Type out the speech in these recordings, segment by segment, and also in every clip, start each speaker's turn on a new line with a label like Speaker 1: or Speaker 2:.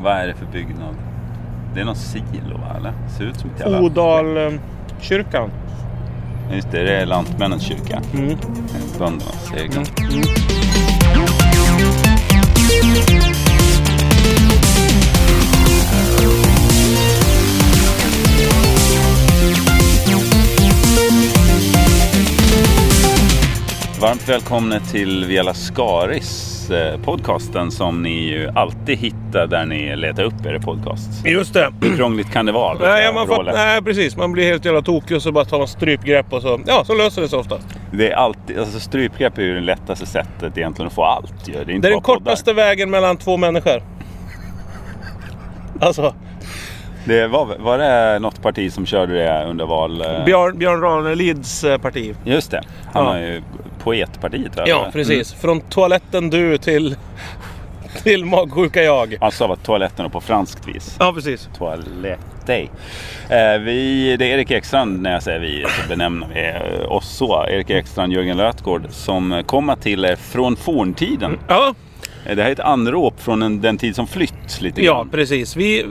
Speaker 1: Vad är det för byggnad? Det är någon silo va? Eller? Det ser ut som ett jävla...
Speaker 2: Odalkyrkan.
Speaker 1: Ja, Just det, det är Lantmännens kyrka.
Speaker 2: Mm.
Speaker 1: Böndernas egen. Varmt välkomna till Vela Skaris eh, podcasten som ni ju alltid hittar där ni letar upp era podcasts.
Speaker 2: Just det.
Speaker 1: Hur krångligt kan det vara? alltså,
Speaker 2: Nej, man fatt,
Speaker 1: Roland?
Speaker 2: nej, precis. Man blir helt jävla tokig och så bara tar man strypgrepp och så. Ja, så löser det sig ofta.
Speaker 1: Det är alltid, alltså strypgrepp är ju det lättaste sättet egentligen att få allt ju. Det är, inte
Speaker 2: Det är den
Speaker 1: bara poddar.
Speaker 2: kortaste vägen mellan två människor. Alltså,
Speaker 1: Det var, var det något parti som körde det under val? eh,
Speaker 2: Björn, Björn Ranelids eh, parti.
Speaker 1: Just det, han
Speaker 2: Ja.
Speaker 1: har ju poetpartiet. eller?
Speaker 2: Ja, precis. Från toaletten du till, till magsjuka jag.
Speaker 1: Han stavar Alltså, toaletten på franskt vis.
Speaker 2: Ja, precis.
Speaker 1: Toalettej. Eh, vi, det är Erik Ekstrand, när jag säger vi så benämner vi eh, oss så. Erik Ekstrand, Jörgen Lötgård som eh, kommer till er från forntiden.
Speaker 2: Ja,
Speaker 1: Eh, Det här är ett anrop från en, den tid som flytt lite
Speaker 2: ja
Speaker 1: grann.
Speaker 2: precis. Vi,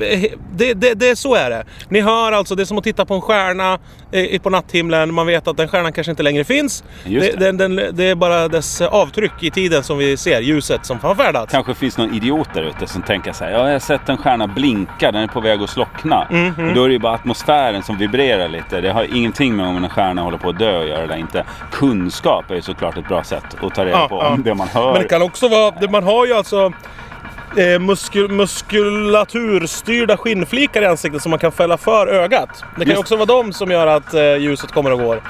Speaker 2: det, det, det, så är det. Ni hör alltså, det är som att titta på en stjärna eh, på natthimlen. Man vet att den stjärnan kanske inte längre finns.
Speaker 1: Just
Speaker 2: det.
Speaker 1: det.
Speaker 2: Den, den, det är bara dess avtryck i tiden som vi ser, ljuset som har färdats.
Speaker 1: kanske finns någon idiot där ute som tänker så här. Ja, jag har sett en stjärna blinka, den är på väg att slockna.
Speaker 2: Mhm.
Speaker 1: Och då är det ju bara atmosfären som vibrerar lite. Det har ingenting med om en stjärna håller på att dö att göra eller inte. Kunskap är ju såklart ett bra sätt att ta reda
Speaker 2: Ja,
Speaker 1: på
Speaker 2: ja.
Speaker 1: om det man hör.
Speaker 2: Men det kan också vara, det- man har ju alltså eh, muskul, muskulaturstyrda skinnflikar i ansiktet som man kan fälla för ögat. Det kan ju
Speaker 1: Just-
Speaker 2: också vara de som gör att eh, ljuset kommer och går.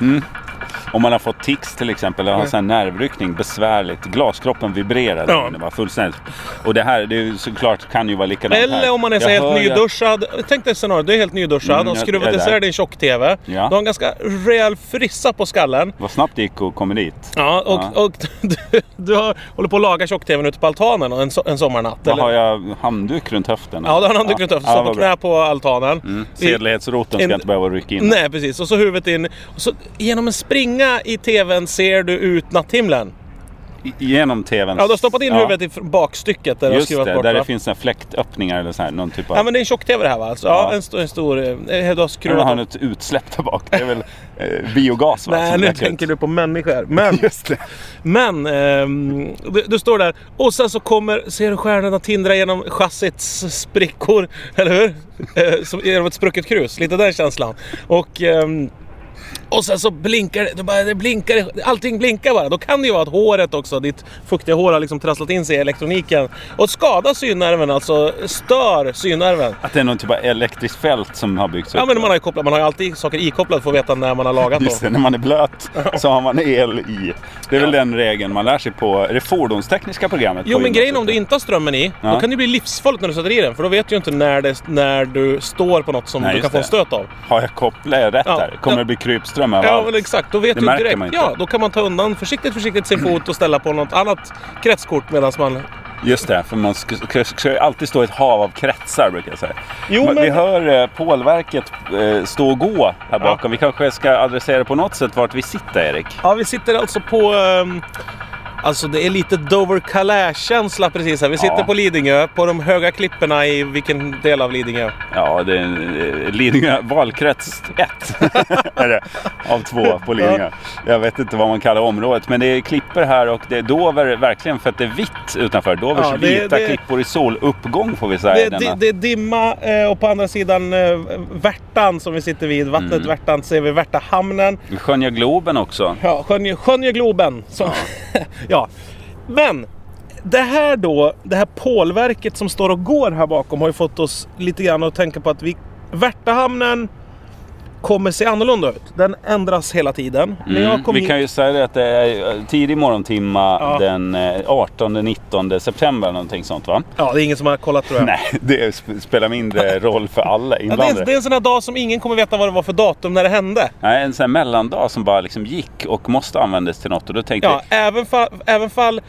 Speaker 1: Om man har fått tics till exempel, eller har sån här nervryckning, besvärligt. Glaskroppen vibrerar.
Speaker 2: Ja.
Speaker 1: Ja. Det var fullständigt. Och det här det är ju såklart kan ju vara likadant
Speaker 2: Eller
Speaker 1: här.
Speaker 2: om man är så
Speaker 1: Jag
Speaker 2: helt
Speaker 1: hör ju att-
Speaker 2: nyduschad. Tänk dig ett scenario, du är helt nyduschad
Speaker 1: Mm,
Speaker 2: och
Speaker 1: jag-
Speaker 2: skruvat
Speaker 1: jag är
Speaker 2: isär
Speaker 1: där.
Speaker 2: din tjock-TV.
Speaker 1: Ja.
Speaker 2: Du har en ganska rejäl frissa på skallen.
Speaker 1: Vad snabbt det gick att komma dit.
Speaker 2: Ja, och, och du, du har, håller på att laga tjock-TVn ute på altanen en, so en sommarnatt.
Speaker 1: Vad
Speaker 2: eller?
Speaker 1: har jag? Handduk runt höften?
Speaker 2: Ja, då har han dykt upp.
Speaker 1: Ja,
Speaker 2: Stått på
Speaker 1: vad bra. Mm,
Speaker 2: knä på altanen. I-
Speaker 1: Sedlighetsroten ska
Speaker 2: En-
Speaker 1: inte behöva rycka in.
Speaker 2: Nej, precis. Och så huvudet in. Och så, genom en springa i TVn ser du ut natthimlen.
Speaker 1: I- Genom tvn.
Speaker 2: Ja, du har stoppat in huvudet i fr- bakstycket där du har
Speaker 1: Just
Speaker 2: skruvat
Speaker 1: det,
Speaker 2: bort.
Speaker 1: där
Speaker 2: va?
Speaker 1: det finns såna här fläktöppningar eller så här, någon typ av...
Speaker 2: Ja, men det är en tjock-TV det här va? Alltså, ja,
Speaker 1: Ja.
Speaker 2: En, st- en stor... Eh, du har
Speaker 1: Tror du
Speaker 2: skruvat
Speaker 1: har
Speaker 2: upp.
Speaker 1: något utsläpp där bak? Det är väl eh, biogas va?
Speaker 2: Nej,
Speaker 1: som
Speaker 2: nu
Speaker 1: läcker ut.
Speaker 2: tänker du på människor. Men,
Speaker 1: Just det.
Speaker 2: men ehm, du, du står där och sen så kommer, ser du stjärnorna tindra genom chassits sprickor, eller hur? Eh, som, genom ett sprucket krus, lite den känslan. Och, ehm, och sen så blinkar det, det, bara, det blinkar, allting blinkar bara. Då kan det ju vara att håret också, ditt fuktiga hår har liksom trasslat in sig i elektroniken. Och skadar synnerven, alltså stör synnerven.
Speaker 1: Att det är någon typ av elektriskt fält som har byggts
Speaker 2: Ja
Speaker 1: upp.
Speaker 2: men man har ju kopplat, man har ju alltid saker ikopplat för att veta när man har lagat dem.
Speaker 1: Just det, när man är blöt så har man el i. Det är väl den regeln man lär sig på det fordonstekniska programmet.
Speaker 2: Jo
Speaker 1: på
Speaker 2: men grejen om du
Speaker 1: gymnasiet.
Speaker 2: inte har strömmen i, då
Speaker 1: Ja.
Speaker 2: kan det bli livsfarligt när du sätter i den. För då vet du ju inte när, det, när du står på något som
Speaker 1: Nej,
Speaker 2: du kan
Speaker 1: just
Speaker 2: få en
Speaker 1: det.
Speaker 2: stöt av.
Speaker 1: Har jag kopplat jag rätt
Speaker 2: Ja.
Speaker 1: här? Kommer
Speaker 2: Ja.
Speaker 1: det bli krypström överallt?
Speaker 2: Ja, väl exakt. Då vet
Speaker 1: Det
Speaker 2: du
Speaker 1: märker
Speaker 2: direkt.
Speaker 1: man inte.
Speaker 2: Ja, då kan man ta undan försiktigt, försiktigt sin fot och ställa på något annat kretskort medan man...
Speaker 1: Just det, för man ska, ska, ska ju alltid stå i ett hav av kretsar brukar jag säga.
Speaker 2: Jo,
Speaker 1: Men
Speaker 2: men-
Speaker 1: Vi hör eh, pålverket eh, stå och gå här bakom. Vi kanske ska adressera på något sätt vart vi sitter Erik.
Speaker 2: Ja, vi sitter alltså på... ehm, Alltså det är lite Dover Calais-känsla precis här. Vi sitter
Speaker 1: Ja.
Speaker 2: på Lidingö, på de höga klipporna i vilken del av Lidingö?
Speaker 1: Ja, det är eh, Lidingö valkrets 1 är det, av två på Lidingö. Jag vet inte vad man kallar området, men det är klippor här och det är Dover verkligen för att det är vitt utanför. Dovers
Speaker 2: Ja, det-
Speaker 1: vita
Speaker 2: det-
Speaker 1: klippor i soluppgång får vi säga.
Speaker 2: Det,
Speaker 1: denna.
Speaker 2: det, det är dimma eh, och på andra sidan eh, Värtan som vi sitter vid. Vattnet
Speaker 1: Mm.
Speaker 2: Värtan ser vi Värtahamnen.
Speaker 1: Vi skönjer Globen också.
Speaker 2: Ja, skönje, skönje Globen. Som, ja. Men det här då, det här pålverket som står och går här bakom har ju fått oss lite grann att tänka på att vi, Värtahamnen kommer se annorlunda ut. Den ändras hela tiden. När jag kom
Speaker 1: Mm, Vi
Speaker 2: hit-
Speaker 1: kan ju säga det att det är eh, tidig morgontimma
Speaker 2: Ja.
Speaker 1: den 18-19 september någonting sånt va?
Speaker 2: Ja, det är ingen som har kollat tror jag.
Speaker 1: Nej, det sp- spelar mindre roll för alla
Speaker 2: Ja, det, är,
Speaker 1: inblandade.
Speaker 2: det är en sån här dag som ingen kommer veta vad det var för datum när det hände.
Speaker 1: Nej, en sån här mellandag som bara liksom gick och måste användas till något och då tänkte
Speaker 2: Ja, även fall, även fall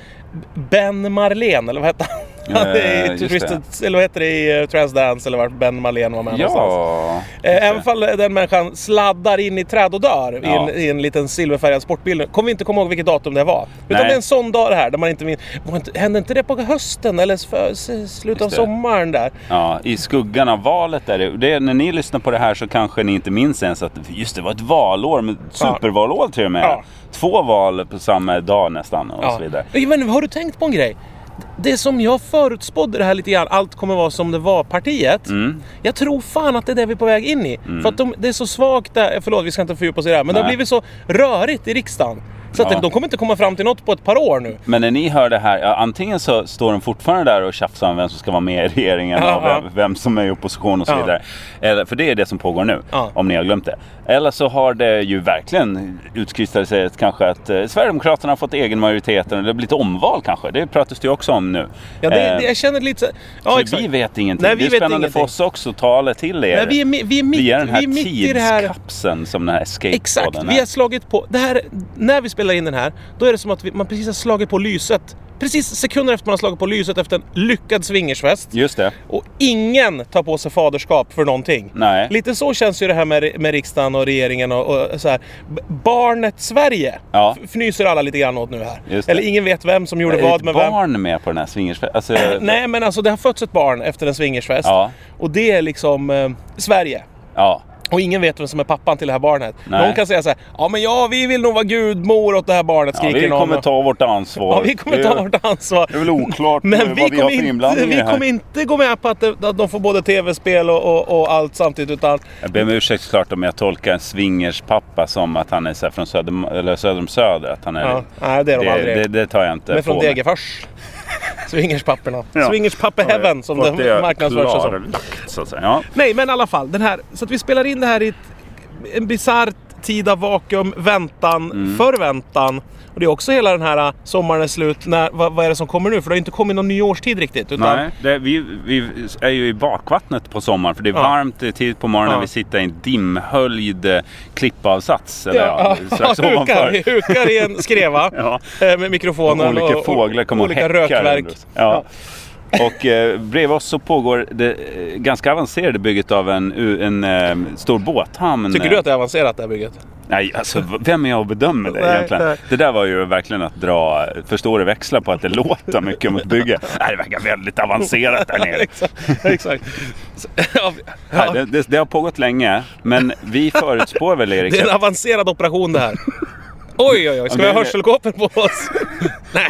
Speaker 2: Ben Marlén, eller vad hette han? Han är
Speaker 1: Eh,
Speaker 2: i
Speaker 1: just
Speaker 2: Twisted, eller vad heter det, i eh, Transdance eller vart Ben Malén var med någonstans.
Speaker 1: Ja,
Speaker 2: Eh, Även fall den människan sladdar in i träd och dör i,
Speaker 1: Ja.
Speaker 2: en, i en liten silverfärgad sportbil. Kommer vi inte komma ihåg vilket datum det var. Utan
Speaker 1: Nej.
Speaker 2: det är en sån dag det här. Där man inte min... var inte- Hände inte det på hösten eller s- för, s- slutet av
Speaker 1: det.
Speaker 2: sommaren där?
Speaker 1: ja, i skuggan av valet där. Det, det, när ni lyssnar på det här så kanske ni inte minns ens att just det var ett valår. Men supervalår till och med.
Speaker 2: Ja.
Speaker 1: Två val på samma dag nästan och så vidare.
Speaker 2: Ja. Men har du tänkt på en grej? Det som jag förutspådde det här lite grann, allt kommer vara som det var-partiet.
Speaker 1: Mm.
Speaker 2: Jag tror fan att det är det vi är på väg in i. För att de, det är så svagt där, förlåt vi ska inte fördjupa oss i det här, men det har
Speaker 1: Nej.
Speaker 2: blivit så rörigt i riksdagen. Så att
Speaker 1: Ja.
Speaker 2: de kommer inte komma fram till något på ett par år nu.
Speaker 1: Men när ni hör det här, ja, antingen så står de fortfarande där och tjafsar om vem som ska vara med i regeringen
Speaker 2: Ja,
Speaker 1: och vem,
Speaker 2: ja.
Speaker 1: vem som är i opposition och så
Speaker 2: Ja.
Speaker 1: vidare. Eller, för det är det som pågår nu,
Speaker 2: Ja.
Speaker 1: om ni har glömt det. Eller så har det ju verkligen utkristalliserats kanske att eh, Sverigedemokraterna har fått egen majoritet eller det har blivit omval kanske. Det pratas det ju också om nu.
Speaker 2: Ja, det,
Speaker 1: Eh,
Speaker 2: det, jag känner lite så... Ja,
Speaker 1: så
Speaker 2: exakt.
Speaker 1: vi vet ingenting.
Speaker 2: Nej, vi
Speaker 1: det är
Speaker 2: vet
Speaker 1: spännande
Speaker 2: ingenting.
Speaker 1: för oss också att tala till er.
Speaker 2: Nej, vi, är, mi- vi är mitt,
Speaker 1: Via den här
Speaker 2: vi är mitt i det här...
Speaker 1: tidskapseln som den här
Speaker 2: Exakt,
Speaker 1: skateboarden
Speaker 2: vi har slagit på. Det här, när vi spelar in den här, då är det som att vi, man precis har slagit på lyset. Precis sekunder efter man har slagit på lyset efter en lyckad swingersfest.
Speaker 1: Just det.
Speaker 2: Och ingen tar på sig faderskap för någonting.
Speaker 1: Nej.
Speaker 2: Lite så känns ju det här med, med riksdagen och regeringen och, och så här. B- Barnet Sverige
Speaker 1: Ja.
Speaker 2: f- fnyser alla lite grann åt nu här.
Speaker 1: Just det.
Speaker 2: Eller ingen vet vem som gjorde
Speaker 1: Är
Speaker 2: vad
Speaker 1: ett
Speaker 2: med vem.
Speaker 1: barn med på den här swingersfesten? Alltså,
Speaker 2: Nej men alltså det har fötts ett barn efter en swingersfest.
Speaker 1: Ja.
Speaker 2: Och det är liksom eh, Sverige.
Speaker 1: Ja.
Speaker 2: Och ingen vet vem som är pappan till det här barnet.
Speaker 1: Nej.
Speaker 2: Någon kan säga så här, ja men ja, vi vill nog vara gudmor åt det här barnet,
Speaker 1: Ja,
Speaker 2: skriker
Speaker 1: vi
Speaker 2: någon.
Speaker 1: kommer ta vårt ansvar.
Speaker 2: ja, vi kommer ta vårt ansvar.
Speaker 1: Det är väl oklart eh,
Speaker 2: Men vi
Speaker 1: vad vi har
Speaker 2: kommer,
Speaker 1: för inblandning
Speaker 2: inte,
Speaker 1: i
Speaker 2: vi
Speaker 1: det här.
Speaker 2: kommer inte gå med på att, det, att de får både tv-spel och, och, och allt samtidigt. Utan
Speaker 1: Jag ber om ursäkt såklart om jag tolkar en swingers pappa som att han är så här från söder, eller söder om söder. Att han är,
Speaker 2: Ja, nej, det är de
Speaker 1: det,
Speaker 2: aldrig.
Speaker 1: Det, det tar jag inte
Speaker 2: de är från
Speaker 1: på mig.
Speaker 2: Degerfors. Swingerspapperna.
Speaker 1: Ja.
Speaker 2: Swingerspapper heaven som
Speaker 1: Fått
Speaker 2: det marknadsförs som.
Speaker 1: klarlagt, så att säga. Ja.
Speaker 2: Nej, men i alla fall. Den här, så att vi spelar in det här i ett, en bisarr tid av vakuum, väntan,
Speaker 1: Mm.
Speaker 2: förväntan. Och det är också hela den här äh, sommaren är slut. När, vad, vad är det som kommer nu? För det har inte kommit någon nyårstid riktigt. Utan,
Speaker 1: Nej, det, vi, vi är ju i bakvattnet på sommaren för det är
Speaker 2: Ja.
Speaker 1: varmt, det är tidigt på morgonen,
Speaker 2: Ja.
Speaker 1: vi sitter i en dimhöljd eh, klippavsats. Eller ja, strax
Speaker 2: hukar,
Speaker 1: ovanför.
Speaker 2: vi hukar i en skreva
Speaker 1: Ja.
Speaker 2: eh, med mikrofonen
Speaker 1: Och olika fåglar kommer och
Speaker 2: olika
Speaker 1: häckar
Speaker 2: rökverk.
Speaker 1: under oss. Ja. Och eh, bredvid oss så pågår det eh, ganska avancerade bygget av en, u- en eh, stor båthamn.
Speaker 2: Tycker du att det är avancerat det här bygget?
Speaker 1: Nej, alltså v- vem är jag och bedömer det
Speaker 2: Nej,
Speaker 1: egentligen?
Speaker 2: nej.
Speaker 1: Det där var ju verkligen att dra förstår och växla på att det låter mycket mot bygge. Nej, det verkar väldigt avancerat där nere.
Speaker 2: Exakt. exakt. Så- ja,
Speaker 1: Nej, det, det, det har pågått länge, men vi förutspår väl Erik
Speaker 2: Det är en
Speaker 1: att
Speaker 2: avancerad operation det här. Oj, oj, oj. Ska vi
Speaker 1: Ja,
Speaker 2: ha
Speaker 1: men-
Speaker 2: hörselkåpor på oss? Nej.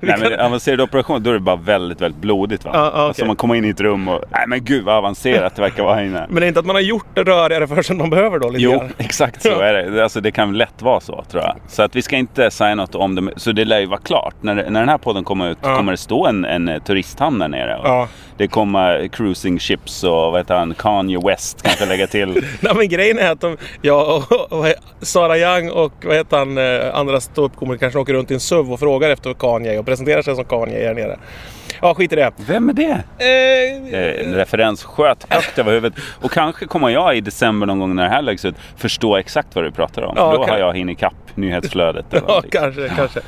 Speaker 2: vi
Speaker 1: Nej,
Speaker 2: kan-
Speaker 1: men avancerad operation, då är det bara väldigt, väldigt blodigt. Va?
Speaker 2: Ja, ja, okej.
Speaker 1: Alltså man kommer in i ett rum och, nej men gud vad avancerat det verkar vara här inne.
Speaker 2: Men det är inte att man har gjort det rörigare förrän man behöver då? Lite
Speaker 1: Jo,
Speaker 2: grann.
Speaker 1: exakt så är det. Alltså, det kan lätt vara så, tror jag. Så att vi ska inte säga något om det. Så det lär ju vara klart. När, när den här podden kommer ut
Speaker 2: Ja.
Speaker 1: kommer det stå en, en eh, turisthamn där nere. Och
Speaker 2: Ja.
Speaker 1: Det kommer cruising ships och vad heter han, Kanye West kanske lägga till.
Speaker 2: Nej men grejen är att de, jag och, och Sara Young och vad heter han, eh, andra ståuppkomiker kanske åker runt i en SUV och frågar efter Kanye och presenterar sig som Kanye här nere. Ja, skit i det.
Speaker 1: Vem är det?
Speaker 2: Eh,
Speaker 1: Eh, En referens sköt högt över huvudet. Och kanske kommer jag i december någon gång när det här läggs ut förstå exakt vad du pratar om.
Speaker 2: Ja,
Speaker 1: Då
Speaker 2: kan-
Speaker 1: har jag hinner ikapp nyhetsflödet. eller
Speaker 2: ja,
Speaker 1: någonting.
Speaker 2: kanske, kanske.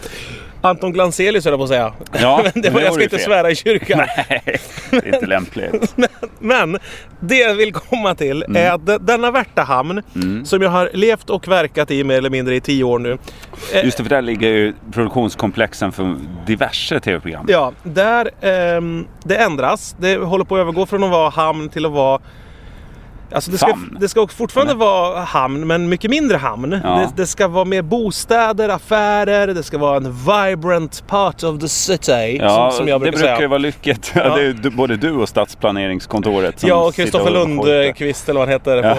Speaker 2: Anton Glanzelius höll jag på att säga.
Speaker 1: Ja,
Speaker 2: men det var,
Speaker 1: det
Speaker 2: jag
Speaker 1: vore
Speaker 2: ska inte
Speaker 1: fel.
Speaker 2: svära i kyrkan.
Speaker 1: Nej, det är inte lämpligt.
Speaker 2: Men det jag vill komma till
Speaker 1: Mm.
Speaker 2: är att de- denna Värtahamn, som jag har levt och verkat i mer eller mindre i tio år nu.
Speaker 1: Just det, för där ligger ju produktionskomplexen för diverse tv-program.
Speaker 2: Ja, där ehm, det ändras. Det håller på att övergå från att vara hamn till att vara... Alltså det, ska,
Speaker 1: Famn.
Speaker 2: det ska också fortfarande vara hamn, men mycket mindre hamn.
Speaker 1: Ja.
Speaker 2: Det, det ska vara mer bostäder, affärer, det ska vara en vibrant part of the city.
Speaker 1: Ja,
Speaker 2: som, som jag brukar
Speaker 1: det brukar ju
Speaker 2: säga.
Speaker 1: vara lycket. Ja. Det är ju du- både du och stadsplaneringskontoret som
Speaker 2: Ja, och
Speaker 1: sitter
Speaker 2: Kristoffer
Speaker 1: skojtar.
Speaker 2: Lundqvist eller vad han heter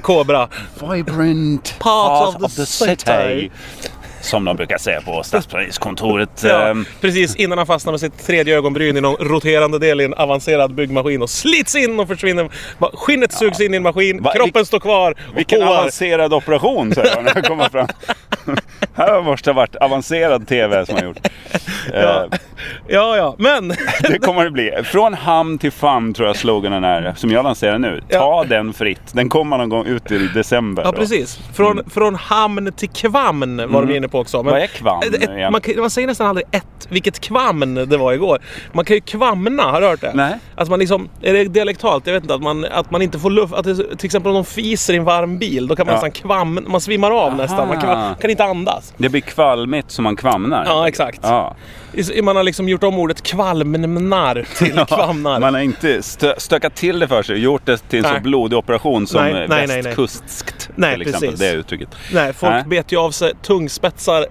Speaker 2: Kobra.
Speaker 1: Vibrant
Speaker 2: eh, Part of the city.
Speaker 1: Som de brukar säga på stadsplaneringskontoret.
Speaker 2: Ja,
Speaker 1: Ehm,
Speaker 2: precis innan han fastnar med sitt tredje ögonbryn i någon roterande del i en avancerad byggmaskin och slits in och försvinner. Bara Skinnet sugs in i en maskin,
Speaker 1: Va,
Speaker 2: kroppen
Speaker 1: vil-
Speaker 2: står kvar och
Speaker 1: Vilken
Speaker 2: påar.
Speaker 1: avancerad operation säger jag när jag kommer fram. Här måste ha varit avancerad TV som har gjort. Ehm,
Speaker 2: Ja, ja, men
Speaker 1: Det kommer det bli. Från hamn till famn tror jag sloganen är, som jag lanserar nu. Ta
Speaker 2: Ja.
Speaker 1: den fritt. Den kommer någon gång ut i december.
Speaker 2: Ja,
Speaker 1: då.
Speaker 2: precis. Från, från hamn till kvamn var de inne inne på också. Men
Speaker 1: Mm. Vad är kvam nu
Speaker 2: ett,
Speaker 1: igen?
Speaker 2: man, kan- man säger nästan aldrig ett, vilket kvamn det var igår. Man kan ju kvamna, har du hört det?
Speaker 1: Nej.
Speaker 2: Att man liksom, är det dialektalt? Jag vet inte, att man, att man inte får luft. Att det, till exempel om de fiser i en varm bil, då kan man
Speaker 1: Ja.
Speaker 2: nästan kvamna. Man svimmar av nästan. Man kan, kan inte andas.
Speaker 1: Det blir kvalmigt som man kvamnar.
Speaker 2: Ja, exakt.
Speaker 1: Ja.
Speaker 2: I- Man har liksom gjort om ordet kvalmnar till kvamnar.
Speaker 1: Man har inte stö- stökat till det för sig och gjort det till en
Speaker 2: Nej.
Speaker 1: så blodig operation som
Speaker 2: Nej,
Speaker 1: eh,
Speaker 2: nej, nej, nej.
Speaker 1: västkustskt.
Speaker 2: Nej,
Speaker 1: till exempel,
Speaker 2: precis.
Speaker 1: Det uttrycket.
Speaker 2: Nej, folk
Speaker 1: Nej.
Speaker 2: bet ju av sig tungspetsar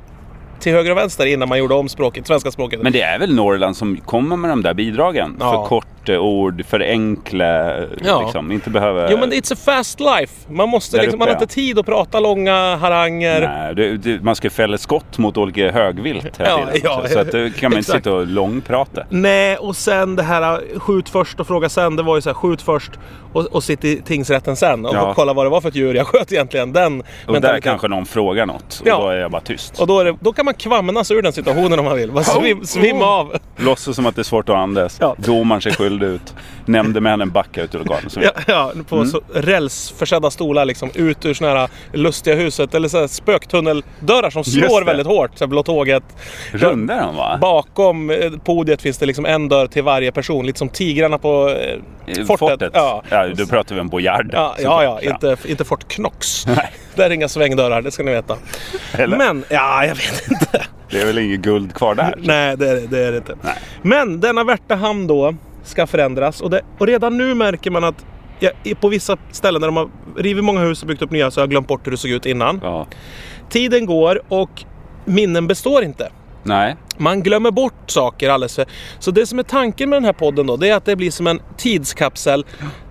Speaker 2: till höger och vänster innan man gjorde om språket, svenska språket.
Speaker 1: Men det är väl Norrland som kommer med de där bidragen?
Speaker 2: Ja.
Speaker 1: För kort eh, ord, för enkla, eh,
Speaker 2: Ja.
Speaker 1: liksom. Inte behöver...
Speaker 2: Jo men it's a fast life. Man, måste
Speaker 1: Där
Speaker 2: liksom, man
Speaker 1: uppe,
Speaker 2: har inte tid att prata långa haranger.
Speaker 1: Nej, Äh, du, du, man ska fälla skott mot olika högvilt hela
Speaker 2: Ja,
Speaker 1: tiden.
Speaker 2: ja,
Speaker 1: också. så att då kan man inte
Speaker 2: exakt.
Speaker 1: sitta och långprata.
Speaker 2: Nej, och sen det här äh, skjut först och fråga sen. Det var ju så här skjut först och, och sitt i tingsrätten sen och
Speaker 1: Ja.
Speaker 2: kolla vad det var för ett djur jag sköt egentligen. Den
Speaker 1: Och där
Speaker 2: mentaliteten.
Speaker 1: kanske någon frågar något och
Speaker 2: Ja.
Speaker 1: då är jag bara tyst.
Speaker 2: Och då, är det, då kan man kvamnas ur den situationen om man vill. Bara svim, svimma av.
Speaker 1: Låtsas som att det är svårt att andas.
Speaker 2: Ja.
Speaker 1: Domaren ser skyldig ut. Nämndemannen backar ut ur lokalen. och så
Speaker 2: Ja,
Speaker 1: vidare.
Speaker 2: ja, på
Speaker 1: Mm.
Speaker 2: så rälsförsedda stolar liksom. Ut ur såna här lustiga huset. Eller så här spöktunneldörrar som slår
Speaker 1: det.
Speaker 2: väldigt hårt. Så här blå tåget.
Speaker 1: Runda de va?
Speaker 2: Bakom eh, podiet finns det liksom en dörr till varje person. Lite som tigrarna på eh,
Speaker 1: Eh,
Speaker 2: fortet. Ja.
Speaker 1: ja, då pratar vi om Boyard.
Speaker 2: Ja, ja, ja, inte, inte Fort Knox.
Speaker 1: Nej.
Speaker 2: Där är inga svängdörrar, det ska ni veta.
Speaker 1: Eller?
Speaker 2: Men, ja, jag vet inte.
Speaker 1: Det är väl inget guld kvar där.
Speaker 2: Nej, det är det, det, är det inte. Men denna Värtahamn då ska förändras och, det, och redan nu märker man att jag, i- på vissa ställen där de har rivit många hus och byggt upp nya så har jag glömt bort hur det såg ut innan.
Speaker 1: Ja.
Speaker 2: Tiden går och minnen består inte.
Speaker 1: Nej.
Speaker 2: Man glömmer bort saker alldeles för... Så det som är tanken med den här podden då, det är att det blir som en tidskapsel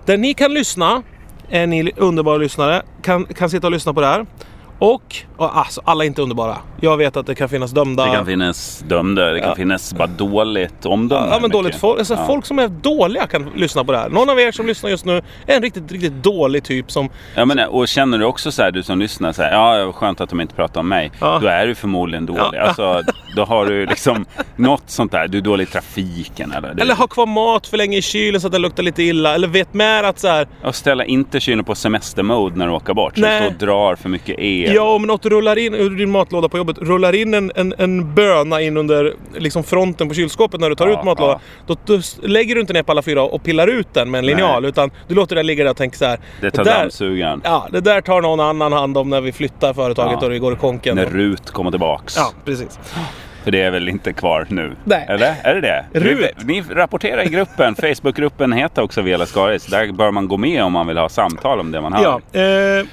Speaker 2: där ni kan lyssna, eh, ni underbara lyssnare, kan, kan sitta och lyssna på det här. Och, och alltså, alla är inte underbara. Jag vet att det kan finnas dömda...
Speaker 1: Det kan finnas dömda, det kan finnas bara dåligt omdöme.
Speaker 2: Ja men dåligt
Speaker 1: mycket.
Speaker 2: folk. Alltså,
Speaker 1: Ja.
Speaker 2: Folk som är dåliga kan lyssna på det här. Någon av er som lyssnar just nu är en riktigt, riktigt dålig typ som...
Speaker 1: Ja, men, och känner du också så här, du som lyssnar, så här, ja, vad skönt att de inte pratar om mig.
Speaker 2: Ja.
Speaker 1: Då är du förmodligen dålig. Alltså, då har du liksom något sånt där. Du är dålig i trafiken eller... Du,
Speaker 2: Eller har kvar mat för länge i kylen så att det luktar lite illa. Eller vet med att så här,
Speaker 1: Och ställa inte kylen på semestermode när du åker bort. Så du
Speaker 2: Nej.
Speaker 1: står och drar för mycket el.
Speaker 2: Ja, om något rullar in ur din matlåda på jobbet, rullar in en, en, en böna in under liksom fronten på kylskåpet när du tar
Speaker 1: Ja,
Speaker 2: ut matlådan. Då, då s- lägger du inte ner på alla fyra och pillar ut den med en linjal, utan du låter den ligga där och tänker så här.
Speaker 1: Det tar
Speaker 2: där,
Speaker 1: dammsugaren.
Speaker 2: Ja, det där tar någon annan hand om när vi flyttar företaget
Speaker 1: Ja.
Speaker 2: och det går i konken.
Speaker 1: När RUT kommer tillbaks.
Speaker 2: Ja, precis.
Speaker 1: För det är väl inte kvar nu?
Speaker 2: Nej.
Speaker 1: Eller? Är det det?
Speaker 2: Rut.
Speaker 1: Ni, ni rapporterar i gruppen. Facebookgruppen heter också Vela Skaris. Där bör man gå med om man vill ha samtal om det man har.
Speaker 2: Ja, eh,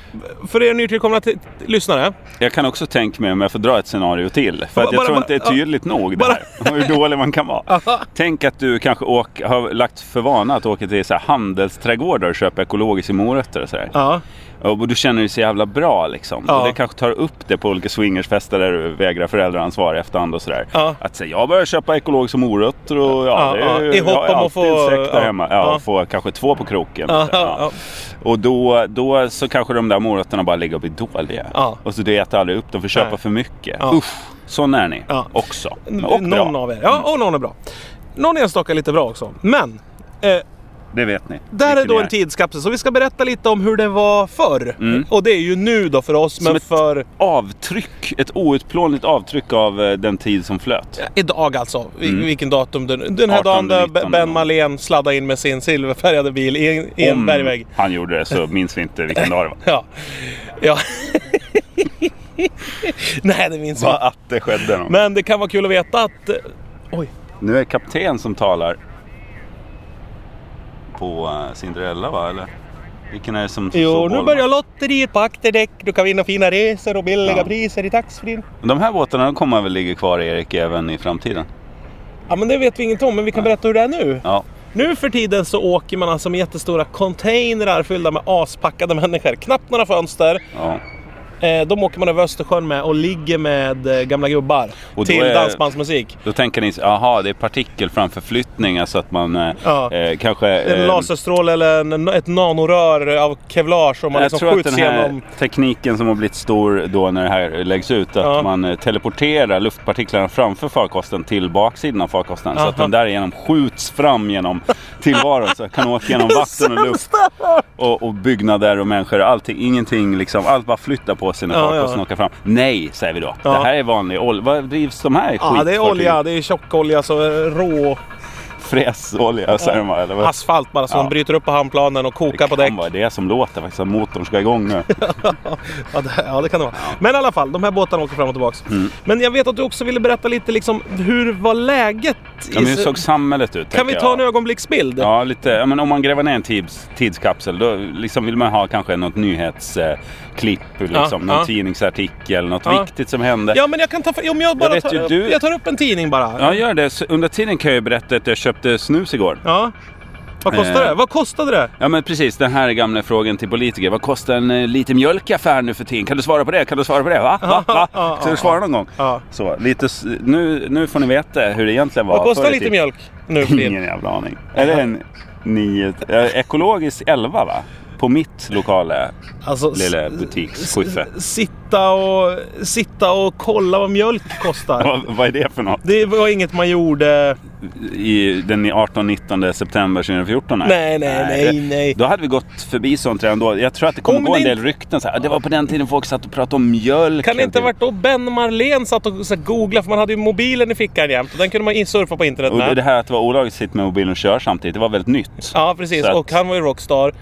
Speaker 2: för er nytillkomna t- lyssnare.
Speaker 1: Jag kan också tänka mig om jag får dra ett scenario till. För
Speaker 2: Bara-
Speaker 1: att jag
Speaker 2: bara-
Speaker 1: tror inte det är
Speaker 2: bara-
Speaker 1: tydligt nog det
Speaker 2: bara-
Speaker 1: här. Hur dålig man kan vara. Tänk att du kanske åk, har lagt för vana att åka till så här handelsträdgårdar och köpa ekologiska morötter och sådär.
Speaker 2: Ja.
Speaker 1: Och du känner dig så jävla bra liksom.
Speaker 2: Ja.
Speaker 1: Och det kanske tar upp det på olika swingersfester där du vägrar föräldraansvar i efterhand och sådär.
Speaker 2: Ja.
Speaker 1: Att säga, jag börjar köpa ekologiska morötter och ja,
Speaker 2: Ja,
Speaker 1: det är,
Speaker 2: ja. I hopp
Speaker 1: jag har
Speaker 2: om att
Speaker 1: alltid
Speaker 2: få-
Speaker 1: säck där
Speaker 2: ja.
Speaker 1: hemma. Ja,
Speaker 2: Ja.
Speaker 1: Få kanske två på kroken.
Speaker 2: Ja,
Speaker 1: Ja.
Speaker 2: ja.
Speaker 1: Och då, då så kanske de där morötterna bara ligger och blir dåliga.
Speaker 2: Ja.
Speaker 1: Och så du äter aldrig upp dem för köpa
Speaker 2: Nej.
Speaker 1: för mycket.
Speaker 2: Ja.
Speaker 1: Usch, sån är ni
Speaker 2: Ja.
Speaker 1: också. Men- Och
Speaker 2: Någon
Speaker 1: bra,
Speaker 2: av er. Ja, och någon är bra. Någon enstaka är lite bra också. Men, eh,
Speaker 1: det vet ni.
Speaker 2: Där är
Speaker 1: Vilken
Speaker 2: då
Speaker 1: ni
Speaker 2: en tidskapsel, så vi ska berätta lite om hur det var förr. Och det är ju nu då för oss, men
Speaker 1: Mm. ett-
Speaker 2: för
Speaker 1: Avtryck, ett outplånligt avtryck av eh, den tid som flöt.
Speaker 2: idag alltså. Vi-
Speaker 1: Mm.
Speaker 2: Vilken datum det nu. Den här
Speaker 1: 18,
Speaker 2: dagen där Be-
Speaker 1: 19.
Speaker 2: Ben Malén sladdade in med sin silverfärgade bil i en, i en
Speaker 1: Om
Speaker 2: bergvägg.
Speaker 1: han gjorde det så minns vi inte vilken dag det var.
Speaker 2: Ja. ja. Nej, det minns
Speaker 1: Bara
Speaker 2: jag
Speaker 1: att det skedde någon.
Speaker 2: Men det kan vara kul att veta att... eh, Oj.
Speaker 1: Nu är kapten som talar. På eh, Cinderella va, eller? Vilken är det som...
Speaker 2: Jo,
Speaker 1: som-
Speaker 2: nu börjar lotteriet på akterdäck. Du kan vinna fina resor och billiga
Speaker 1: Ja.
Speaker 2: priser i taxfree.
Speaker 1: De här båtarna de kommer väl ligga kvar Erik även i framtiden?
Speaker 2: Ja, men det vet vi inget om, men vi kan berätta hur det är nu.
Speaker 1: Ja.
Speaker 2: Nu för tiden så åker man alltså med jättestora containrar fyllda med aspackade människor. Knappt några fönster.
Speaker 1: ja.
Speaker 2: Eh, de åker man över Östersjön med och ligger med eh, gamla gubbar.
Speaker 1: då
Speaker 2: till
Speaker 1: är-
Speaker 2: dansbandsmusik.
Speaker 1: Då tänker ni, jaha det är partikel framför flyttning, alltså att man eh,
Speaker 2: Ja.
Speaker 1: eh, kanske...
Speaker 2: En
Speaker 1: eh,
Speaker 2: laserstråle eller en, ett nanorör av kevlar som man
Speaker 1: jag
Speaker 2: liksom
Speaker 1: tror att
Speaker 2: skjuts
Speaker 1: den här
Speaker 2: genom.
Speaker 1: tekniken som har blivit stor då när det här läggs ut, att
Speaker 2: Ja.
Speaker 1: man eh, teleporterar luftpartiklarna framför farkosten till baksidan av farkosten. Så att
Speaker 2: Aha.
Speaker 1: den därigenom skjuts fram genom tillvaron. så att den kan åka genom vatten och luft och, och byggnader och människor. Allting, ingenting liksom, allt bara flyttar på sig när
Speaker 3: Ja,
Speaker 1: farkosten
Speaker 3: ja.
Speaker 1: åker fram. Nej, säger vi då.
Speaker 3: Ja.
Speaker 1: Det här är vanlig olja. Vad drivs de här i?
Speaker 3: Ja, det är
Speaker 1: Skitfartyg.
Speaker 3: olja, det är tjockolja, så
Speaker 2: eh,
Speaker 3: rå
Speaker 1: Fräsolja säger de va? Eller vad?
Speaker 2: asfalt bara som
Speaker 1: Ja.
Speaker 2: de bryter upp på hamnplanen och kokar på
Speaker 1: Det
Speaker 2: däck.
Speaker 1: kan vara det som låter faktiskt. Att motorn ska igång nu.
Speaker 2: Ja det, ja, det kan det vara. Men i alla fall, de här båtarna åker fram och tillbaks.
Speaker 1: Mm.
Speaker 2: Men jag vet att du också ville berätta lite liksom, hur var läget? i
Speaker 1: Ja, men hur
Speaker 2: Sö-
Speaker 1: såg samhället ut?
Speaker 2: kan vi
Speaker 1: tänker
Speaker 2: ta
Speaker 1: jag?
Speaker 2: en ögonblicksbild?
Speaker 1: Ja, lite. Ja, men om man gräver ner en tids, tidskapsel då liksom vill man ha kanske något nyhetsklipp. Eh, klipp, liksom,
Speaker 2: Ja,
Speaker 1: någon
Speaker 2: ja.
Speaker 1: tidningsartikel, något
Speaker 2: Ja.
Speaker 1: viktigt som hände.
Speaker 2: Ja, men jag kan ta... För, om jag, bara
Speaker 1: vet
Speaker 2: tar,
Speaker 1: ju, du-
Speaker 2: jag tar upp en tidning bara.
Speaker 1: Ja, gör det. Så Under tiden kan jag ju berätta att jag köpte snus igår.
Speaker 2: Ja. Vad kostade
Speaker 1: Eh.
Speaker 2: det? Vad kostade det?
Speaker 1: Ja men precis, den här gamla frågan till politiker. Vad kostar en eh, liten mjölk i affären nu för tiden? Kan du svara på det? Kan du svara på det? Va? Va? Va?
Speaker 2: ja,
Speaker 1: Ska du svara någon gång?
Speaker 2: Ja.
Speaker 1: Så, lite, s- nu, nu får ni veta hur det egentligen var.
Speaker 2: Vad kostar
Speaker 1: förr i
Speaker 2: lite
Speaker 1: tiden.
Speaker 2: mjölk nu för
Speaker 1: Ingen
Speaker 2: tiden?
Speaker 1: jävla aning. Är det en nio, eh, ekologisk 11 va? På mitt lokala
Speaker 2: Alltså, s-
Speaker 1: lilla butiksskiffe.
Speaker 2: sitta, och, sitta och kolla vad mjölk kostar.
Speaker 1: Vad, vad är det för något?
Speaker 2: Det var inget man gjorde...
Speaker 1: I den 18-19 september 2014?
Speaker 2: Nej, nej, nej,
Speaker 1: det-
Speaker 2: nej.
Speaker 1: Då hade vi gått förbi sånt redan då. Jag tror att det kommer
Speaker 2: Om
Speaker 1: gå en
Speaker 2: det
Speaker 1: del rykten. Så här. Det var på den tiden folk satt och pratade om mjölk.
Speaker 2: Kan det inte ha
Speaker 1: hela
Speaker 2: varit då Ben Marlén satt och så här googlade? För man hade ju mobilen i fickan jämt och den kunde man in- surfa på internet
Speaker 1: tiden. Och
Speaker 2: med.
Speaker 1: det här att det var olagligt att sitta med mobilen och köra samtidigt, det var väldigt nytt.
Speaker 2: Ja, precis.
Speaker 1: Så att- Mm.
Speaker 2: Och han var ju rockstar.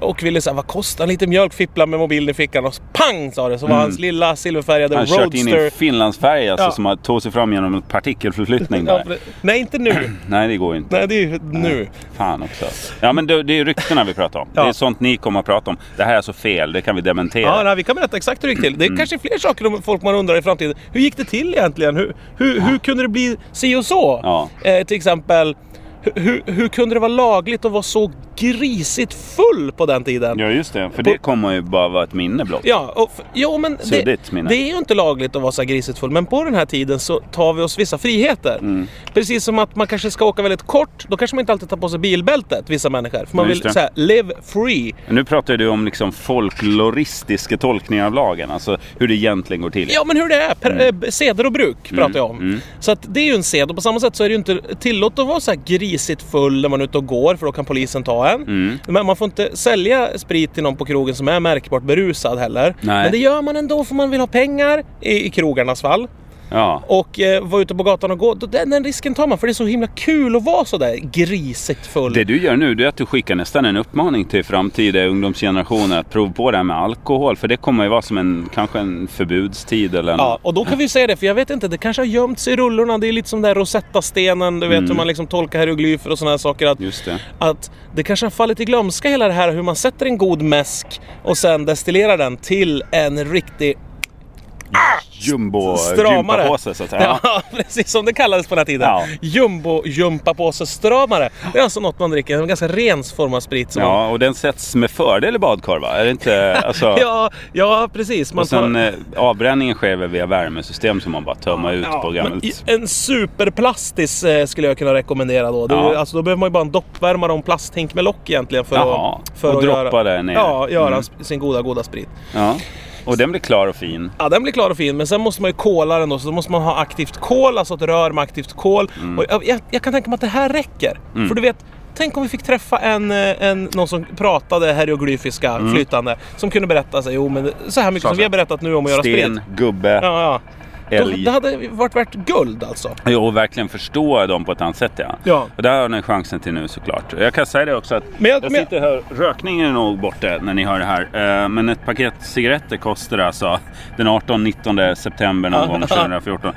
Speaker 2: Och ville säga, vad kostar en liten mjölk? Fippla med mobilen i fickan och så pang sa det. Så var hans lilla silverfärgade
Speaker 1: Mm. Han kört in i
Speaker 2: roadster.
Speaker 1: en Finlandsfärja alltså,
Speaker 2: Ja.
Speaker 1: som har- tog sig fram genom en partikelförflyttning.
Speaker 2: Ja,
Speaker 1: Där.
Speaker 2: för det- Nej, inte nu.
Speaker 1: Nej, det går ju inte.
Speaker 2: Nej, det är ju nu.
Speaker 1: Fan också. Ja men det, det är ryktena vi pratar om.
Speaker 2: Ja.
Speaker 1: Det är sånt ni kommer att prata om. Det här är alltså fel, det kan vi dementera.
Speaker 2: Ja, nej, vi kan berätta exakt hur det gick till. Det är kanske fler saker om folk man undrar i framtiden. Hur gick det till egentligen? Hur, hur, hur kunde det bli si och så?
Speaker 1: Ja.
Speaker 2: Eh, till exempel, hur- hur, hur kunde det vara lagligt att vara så grisigt full på den tiden?
Speaker 1: Ja, just det. För det kommer ju bara vara ett minne blott.
Speaker 2: Ja, och f- jo, men det,
Speaker 1: Suddigt minne.
Speaker 2: det är ju inte lagligt att vara så här grisigt full, men på den här tiden så tar vi oss vissa friheter. Precis som att man kanske ska åka väldigt kort, då kanske man inte alltid tar på sig bilbältet, vissa människor. För man
Speaker 1: Ja, just
Speaker 2: vill
Speaker 1: det.
Speaker 2: så här, live free.
Speaker 1: Nu pratar ju du om liksom folkloristiska tolkningar av lagen. Alltså hur det egentligen går till.
Speaker 2: Ja, men hur det är. Per,
Speaker 1: Mm.
Speaker 2: eh, Seder och bruk pratar jag om. Så att det är ju en sed och på samma sätt så är det ju inte tillåtet att vara så här grisigt full när man är ute och går för då kan polisen ta en.
Speaker 1: Mm.
Speaker 2: Men man får inte sälja sprit till någon på krogen som är märkbart berusad heller.
Speaker 1: Nej.
Speaker 2: Men det gör man ändå för man vill ha pengar i, i krogarnas fall.
Speaker 1: Ja.
Speaker 2: Och eh, vara ute på gatan och gå, då, den, den risken tar man för det är så himla kul att vara så där grisigt full.
Speaker 1: Det du gör nu det är att du skickar nästan en uppmaning till framtida ungdomsgenerationer att prova på det här med alkohol. För det kommer ju vara som en, kanske en förbudstid eller en...
Speaker 2: Ja, och då kan vi ju säga det, för jag vet inte, det kanske har gömt sig i rullorna. Det är lite som den där Rosetta-stenen, du vet
Speaker 1: Mm.
Speaker 2: hur man liksom tolkar hieroglyfer och sådana här saker. Att
Speaker 1: Just det.
Speaker 2: att det kanske har fallit i glömska hela det här hur man sätter en god mäsk och sen destillerar den till en riktig
Speaker 1: Jumbo...
Speaker 2: stramare.
Speaker 1: gympapåse, så att säga. Ja.
Speaker 2: Ja, precis som det kallades på den här tiden.
Speaker 1: Ja.
Speaker 2: jumbo gympapåse stramare Det är alltså något man dricker, en ganska ren form av sprit. Som man...
Speaker 1: ja, och den sätts med fördel i badkar va? Är det inte... Alltså...
Speaker 2: Ja, ja, precis. Man
Speaker 1: Och sen
Speaker 2: tar-
Speaker 1: eh, avbränningen sker väl via värmesystem som man bara tömmer ut
Speaker 2: Ja,
Speaker 1: på
Speaker 2: men
Speaker 1: gammalt.
Speaker 2: i- en superplastis eh, skulle jag kunna rekommendera då. Det är, ju-
Speaker 1: Ja.
Speaker 2: alltså, då behöver man ju bara en doppvärmare och en plasthink med lock egentligen för
Speaker 1: Jaha,
Speaker 2: att, för
Speaker 1: och
Speaker 2: att
Speaker 1: droppa Mm.
Speaker 2: göra,
Speaker 1: där nere.
Speaker 2: Ja, göra sp- sin goda, goda sprit.
Speaker 1: Ja. Och den blir klar och fin.
Speaker 2: Ja, den blir klar och fin, men sen måste man ju kola den då, så då måste man ha aktivt kol, alltså ett rör med aktivt kol.
Speaker 1: Mm.
Speaker 2: Och jag, jag, jag kan tänka mig att det här räcker. För du vet, tänk om vi fick träffa en, eh, en, någon som pratade hieroglyfiska flytande, som kunde berätta så, här, jo, men så här mycket
Speaker 1: Mm. Så
Speaker 2: som vi har
Speaker 1: så.
Speaker 2: berättat nu om att göra
Speaker 1: Sten,
Speaker 2: sprit.
Speaker 1: gubbe,
Speaker 2: Ja, ja. Då,
Speaker 1: älg.
Speaker 2: det hade varit värt guld alltså.
Speaker 1: Jo, och verkligen förstå dem på ett annat sätt ja.
Speaker 2: Ja.
Speaker 1: Och det har ni chansen till nu såklart. Jag kan säga det också att
Speaker 2: Men jag-
Speaker 1: jag
Speaker 2: men-
Speaker 1: sitter här, rökningen är nog borta när ni hör det här. Eh, Men ett paket cigaretter kostar alltså den 18-19 september någon gång 2014